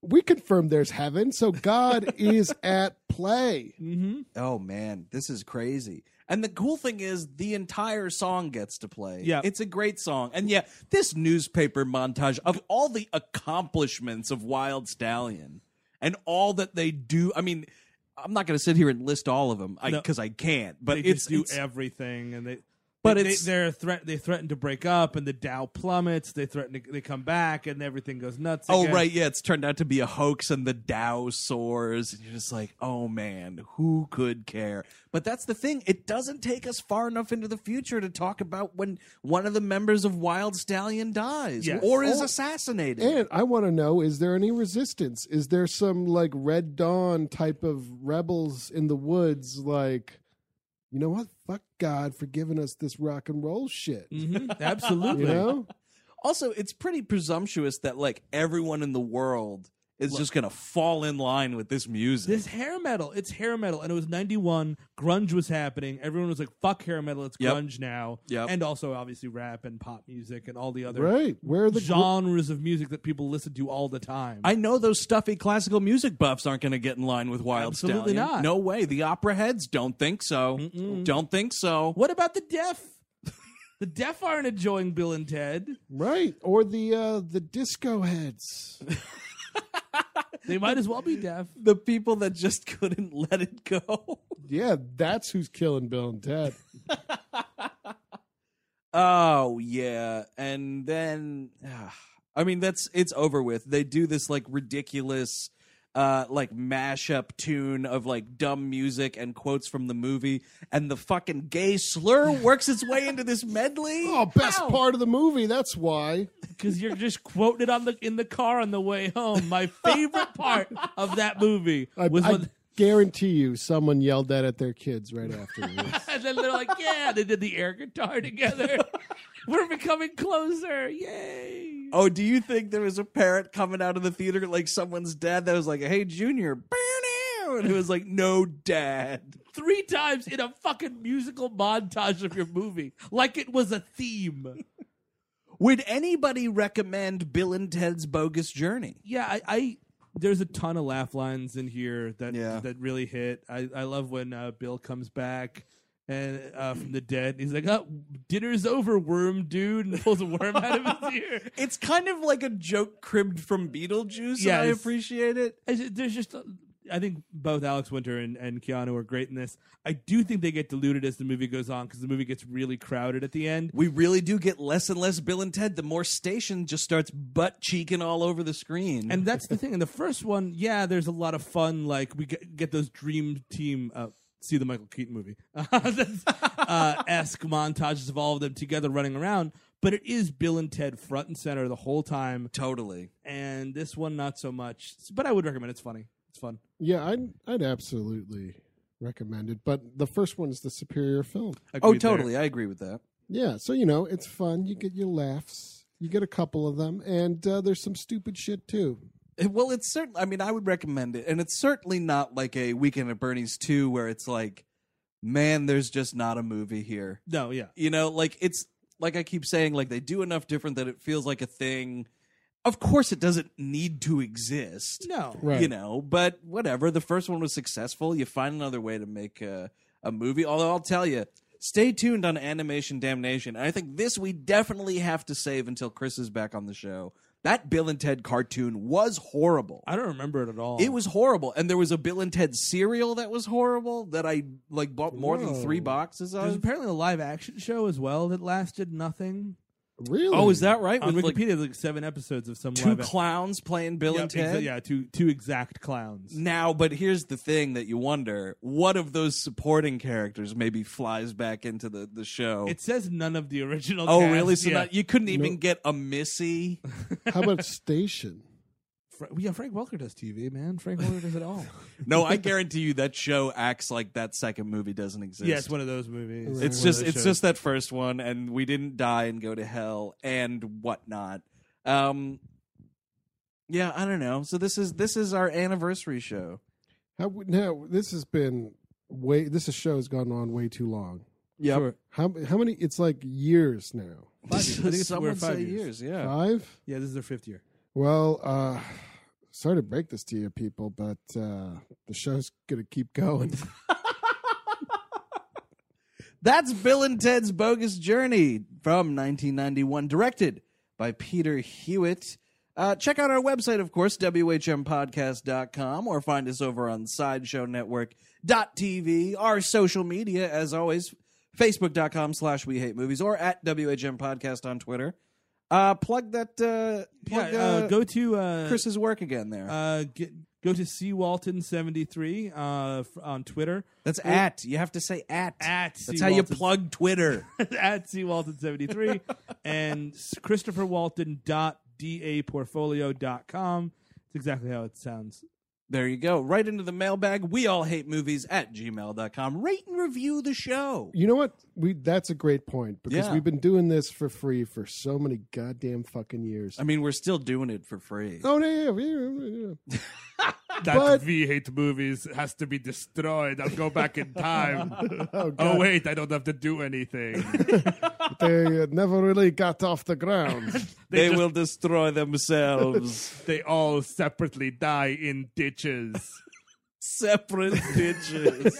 Speaker 3: We confirm there's heaven, so God is at play.
Speaker 6: Mm-hmm.
Speaker 5: Oh man, this is crazy. And the cool thing is the entire song gets to play.
Speaker 6: Yeah.
Speaker 5: It's a great song. And yeah, this newspaper montage of all the accomplishments of Wild Stallion and all that they do. I mean, I'm not going to sit here and list all of them
Speaker 6: No.
Speaker 5: because I can't, but
Speaker 6: They
Speaker 5: it's,
Speaker 6: just do
Speaker 5: it's-
Speaker 6: everything, and they
Speaker 5: But
Speaker 6: they,
Speaker 5: it's-
Speaker 6: they, they're threat. They threaten to break up, and the Dow plummets. They threaten. To, they come back, and everything goes nuts.
Speaker 5: Oh
Speaker 6: again.
Speaker 5: right, yeah, it's turned out to be a hoax and the Dow soars and you're just like, "Oh man, who could care?" But that's the thing, it doesn't take us far enough into the future to talk about when one of the members of Wild Stallion dies
Speaker 6: Yes.
Speaker 5: or is assassinated.
Speaker 10: And I want to know: Is there any resistance? Is there some like Red Dawn type of rebels in the woods? Like, you know what? Fuck God for giving us this rock and roll shit.
Speaker 6: Mhm, absolutely.
Speaker 10: You know?
Speaker 5: also, it's pretty presumptuous that like everyone in the world is just going to fall in line with this music.
Speaker 6: This hair metal, it's hair metal, and it was '91. Grunge was happening. Everyone was like, "Fuck hair metal, it's
Speaker 5: Yep.
Speaker 6: grunge now."
Speaker 5: Yep.
Speaker 6: and also obviously rap and pop music and all the other
Speaker 10: Right? Where are the gr-
Speaker 6: genres of music that people listen to all the time.
Speaker 5: I know those stuffy classical music buffs aren't going to get in line with Wild
Speaker 6: Absolutely
Speaker 5: Stallion.
Speaker 6: not.
Speaker 5: No way. The opera heads don't think so. Don't think so.
Speaker 6: what about the deaf? the deaf aren't enjoying Bill and Ted.
Speaker 10: right? Or the uh the disco heads?
Speaker 6: They might as well be deaf.
Speaker 5: The people that just couldn't let it go.
Speaker 10: yeah, that's who's killing Bill and Ted.
Speaker 5: Oh yeah, and then ah, I mean that's it's over with. They do this like ridiculous uh like mashup tune of like dumb music and quotes from the movie and the fucking gay slur works its way into this medley.
Speaker 10: Oh, best part of the movie. That's why.
Speaker 6: because you're just quoting it on the in the car on the way home. My favorite part of that movie
Speaker 10: I,
Speaker 6: was
Speaker 10: I
Speaker 6: when,
Speaker 10: guarantee you, someone yelled that at their kids right afterwards.
Speaker 6: and then they're like, "Yeah, they did the air guitar together. We're becoming closer. Yay!"
Speaker 5: Oh, do you think there was a parent coming out of the theater like someone's dad that was like, "Hey, Junior," and it was like, "No, Dad."
Speaker 6: Three times in a fucking musical montage of your movie, like it was a theme.
Speaker 5: Would anybody recommend Bill and Ted's Bogus Journey?
Speaker 6: Yeah, I. I there's a ton of laugh lines in here that
Speaker 5: Yeah.
Speaker 6: that really hit. I, I love when uh, Bill comes back and uh, from the dead. He's like, oh, "Dinner's over, worm dude," and pulls a worm out of his ear.
Speaker 5: It's kind of like a joke cribbed from Beetlejuice, and I
Speaker 6: Yes.
Speaker 5: appreciate it.
Speaker 6: I ju- there's just uh, I think both Alex Winter and, and Keanu are great in this. I do think they get diluted as the movie goes on because the movie gets really crowded at the end.
Speaker 5: We really do get less and less Bill and Ted. The more station just starts butt cheeking all over the screen.
Speaker 6: And that's the thing. In the first one, yeah, there's a lot of fun. Like we get, get those dream team. Uh, see the Michael Keaton movie. That's, uh, esque montages of all of them together running around. But it is Bill and Ted front and center the whole time,
Speaker 5: totally.
Speaker 6: and this one not so much. But I would recommend. it. It's funny. It's fun.
Speaker 10: yeah, I'd I'd absolutely recommend it. But the first one is the superior film.
Speaker 5: Oh,
Speaker 6: Agreed there.
Speaker 5: totally. I agree with that.
Speaker 10: Yeah, so you know, it's fun. You get your laughs. You get a couple of them, and uh, there's some stupid shit too.
Speaker 5: Eh, Well, it's certainly. I mean, I would recommend it, and it's certainly not like a Weekend at Bernie's two, where it's like, man, there's just not a movie here.
Speaker 6: No, yeah.
Speaker 5: You know, like it's like I keep saying, like they do enough different that it feels like a thing. Of course, it doesn't need to exist.
Speaker 6: No.
Speaker 10: Right.
Speaker 5: you know but whatever the first one was successful you find another way to make a, a movie although i'll tell you stay tuned on animation damnation and i think this we definitely have to save until chris is back on the show that bill and ted cartoon was horrible
Speaker 6: I don't remember it at all.
Speaker 5: it was horrible and there was a bill and ted cereal that was horrible that i like bought more than three boxes
Speaker 6: There's
Speaker 5: of
Speaker 6: apparently a live action show as well that lasted nothing.
Speaker 10: Really?
Speaker 5: oh is that right
Speaker 6: On
Speaker 5: With, like,
Speaker 6: Wikipedia, there's like seven episodes of some
Speaker 5: two
Speaker 6: live action.
Speaker 5: clowns playing bill
Speaker 6: yeah,
Speaker 5: and ted
Speaker 6: exa- yeah, two two exact clowns.
Speaker 5: Now, but here's the thing that you wonder: what of those supporting characters maybe flies back into the the show?
Speaker 6: It says none of the original.
Speaker 5: oh,
Speaker 6: cast.
Speaker 5: really? So
Speaker 6: yeah.
Speaker 5: that you couldn't even get a Missy.
Speaker 10: How about Station?
Speaker 6: Fra- yeah, Frank Welker does TV, man. Frank Welker does it all.
Speaker 5: No, I guarantee you that show acts like that second movie doesn't exist.
Speaker 6: yeah, it's one of those movies.
Speaker 5: it's just it's just that first one, and we didn't die and go to hell and whatnot. Um, yeah, I don't know. So this is this is our anniversary show.
Speaker 10: How now? This has been way. This show has gone on way too long.
Speaker 5: Yeah,
Speaker 10: How how many? It's like years now.
Speaker 6: Five years. I think it's-
Speaker 5: some
Speaker 6: we're
Speaker 5: would
Speaker 6: five
Speaker 5: say
Speaker 6: years.
Speaker 5: years. Yeah.
Speaker 10: Five.
Speaker 6: Yeah, this is their fifth year.
Speaker 10: Well, uh, sorry to break this to you, people, but uh, the show's gonna keep going.
Speaker 5: That's Bill and Ted's Bogus Journey from 1991, directed by Peter Hewitt. Uh, check out our website, of course, whmpodcast.com, or find us over on SideshowNetwork.tv. Our social media, as always, Facebook.com slash We Hate Movies or at WHM Podcast on Twitter. Uh, plug that. Uh, plug,
Speaker 6: yeah,
Speaker 5: uh,
Speaker 6: uh, go to uh,
Speaker 5: Chris's work again there.
Speaker 6: Uh, get, go to C Walton seventy three uh, f- on Twitter.
Speaker 5: That's at. You have to say at.
Speaker 6: At
Speaker 5: That's how you plug Twitter.
Speaker 6: at C Walton seventy three and Christopher Walton dot daportfolio dot com. It's exactly how it sounds.
Speaker 5: There you go. Right into the mailbag. We all hate movies at gmail.com. Rate and review the show.
Speaker 3: You know what? We that's a great point because
Speaker 5: Yeah.
Speaker 3: we've been doing this for free for so many goddamn fucking years.
Speaker 5: I mean, we're still doing it for free.
Speaker 3: oh yeah, yeah, yeah, yeah.
Speaker 7: That
Speaker 3: But-
Speaker 7: V hate movies has to be destroyed. I'll go back in time.
Speaker 3: Oh, God.
Speaker 7: oh wait, I don't have to do anything.
Speaker 3: they uh, never really got off the ground.
Speaker 5: they will destroy themselves.
Speaker 7: they all separately die in ditches.
Speaker 5: Separate ditches.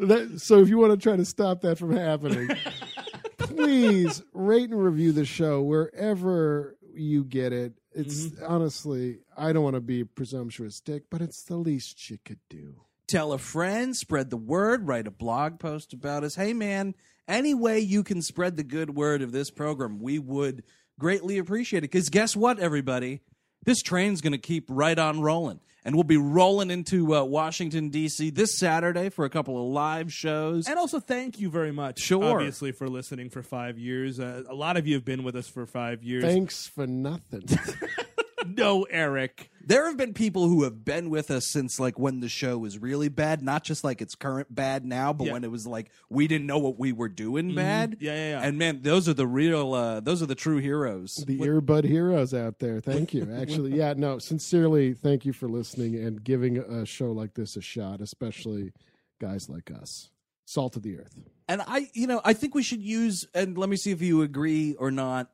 Speaker 3: That- so if you want to try to stop that from happening, please rate and review the show wherever you get it. It's
Speaker 5: Mm-hmm.
Speaker 3: honestly, I don't want to be a presumptuous dick, but it's the least you could do.
Speaker 5: Tell a friend, spread the word, write a blog post about us. Hey, man, any way you can spread the good word of this program, we would greatly appreciate it. Because guess what, everybody? This train's going to keep right on rolling. And we'll be rolling into uh, Washington, D.C. this Saturday for a couple of live shows.
Speaker 6: And also, thank you very much.
Speaker 5: Sure.
Speaker 6: obviously for listening for five years. Uh, a lot of you have been with us for five years.
Speaker 3: Thanks for nothing.
Speaker 6: no, Eric.
Speaker 5: There have been people who have been with us since like when the show was really bad, not just like it's current bad now, but
Speaker 6: Yeah.
Speaker 5: when it was like we didn't know what we were doing
Speaker 6: Mm-hmm.
Speaker 5: bad.
Speaker 6: Yeah, yeah, yeah.
Speaker 5: And man, those are the real uh those are the true heroes.
Speaker 3: the earbud heroes out there. Thank you. Actually, yeah, no, sincerely, thank you for listening and giving a show like this a shot, especially guys like us. Salt of the earth.
Speaker 5: And I you know, I think we should use and let me see if you agree or not.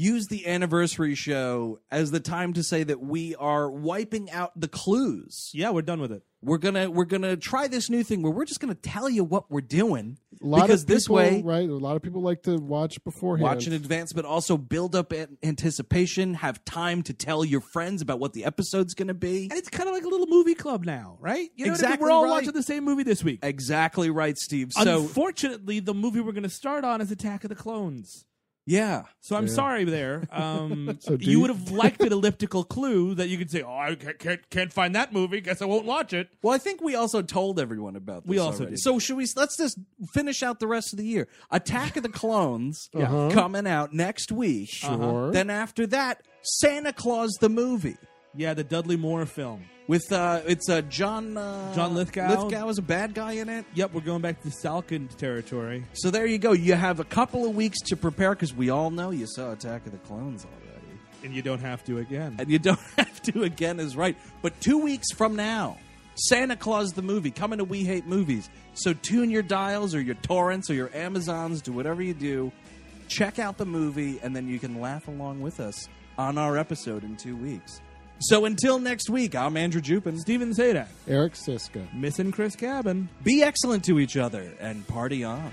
Speaker 5: Use the anniversary show as the time to say that we are wiping out the clues.
Speaker 6: Yeah, we're done with it.
Speaker 5: We're gonna we're gonna try this new thing where we're just gonna tell you what we're doing.
Speaker 3: A lot
Speaker 5: because
Speaker 3: of people,
Speaker 5: this way
Speaker 3: right? A lot of people like to watch beforehand.
Speaker 5: watch in advance, but also build up an- anticipation, have time to tell your friends about what the episode's going to be.
Speaker 6: And it's kind of like a little movie club now, right? You know what I mean?
Speaker 5: Exactly
Speaker 6: We're all
Speaker 5: right.
Speaker 6: watching the same movie this week.
Speaker 5: Exactly right, Steve. So,
Speaker 6: Unfortunately, the movie we're going to start on is Attack of the Clones.
Speaker 5: yeah.
Speaker 6: So I'm sorry there. Um,
Speaker 3: do
Speaker 6: you
Speaker 3: you-
Speaker 6: would have liked an elliptical clue that you could say,
Speaker 7: oh, I ca- can't, can't find that movie. Guess I won't watch it.
Speaker 5: Well, I think we also told everyone about this.
Speaker 6: We also
Speaker 5: already.
Speaker 6: did.
Speaker 5: So, should we let's just finish out the rest of the year? Attack of the Clones
Speaker 3: Uh-huh.
Speaker 5: coming out next week. Uh-huh.
Speaker 3: Sure.
Speaker 5: Then after that, Santa Claus the movie
Speaker 6: yeah, the Dudley Moore film.
Speaker 5: with uh it's uh John uh,
Speaker 6: John Lithgow.
Speaker 5: Lithgow is a bad guy in it.
Speaker 6: Yep, we're going back to Salkin territory.
Speaker 5: So there you go. You have a couple of weeks to prepare because we all know you saw Attack of the Clones already.
Speaker 6: And you don't have to again.
Speaker 5: and you don't have to again is right. But two weeks from now, Santa Claus the movie coming to We Hate Movies. So tune your dials or your torrents or your Amazons, do whatever you do. Check out the movie, and then you can laugh along with us on our episode in two weeks. So until next week, I'm Andrew Jupin.
Speaker 6: Steven Zadak,
Speaker 3: Eric Siska.
Speaker 6: missing Chris Cabin.
Speaker 5: Be excellent to each other and party on.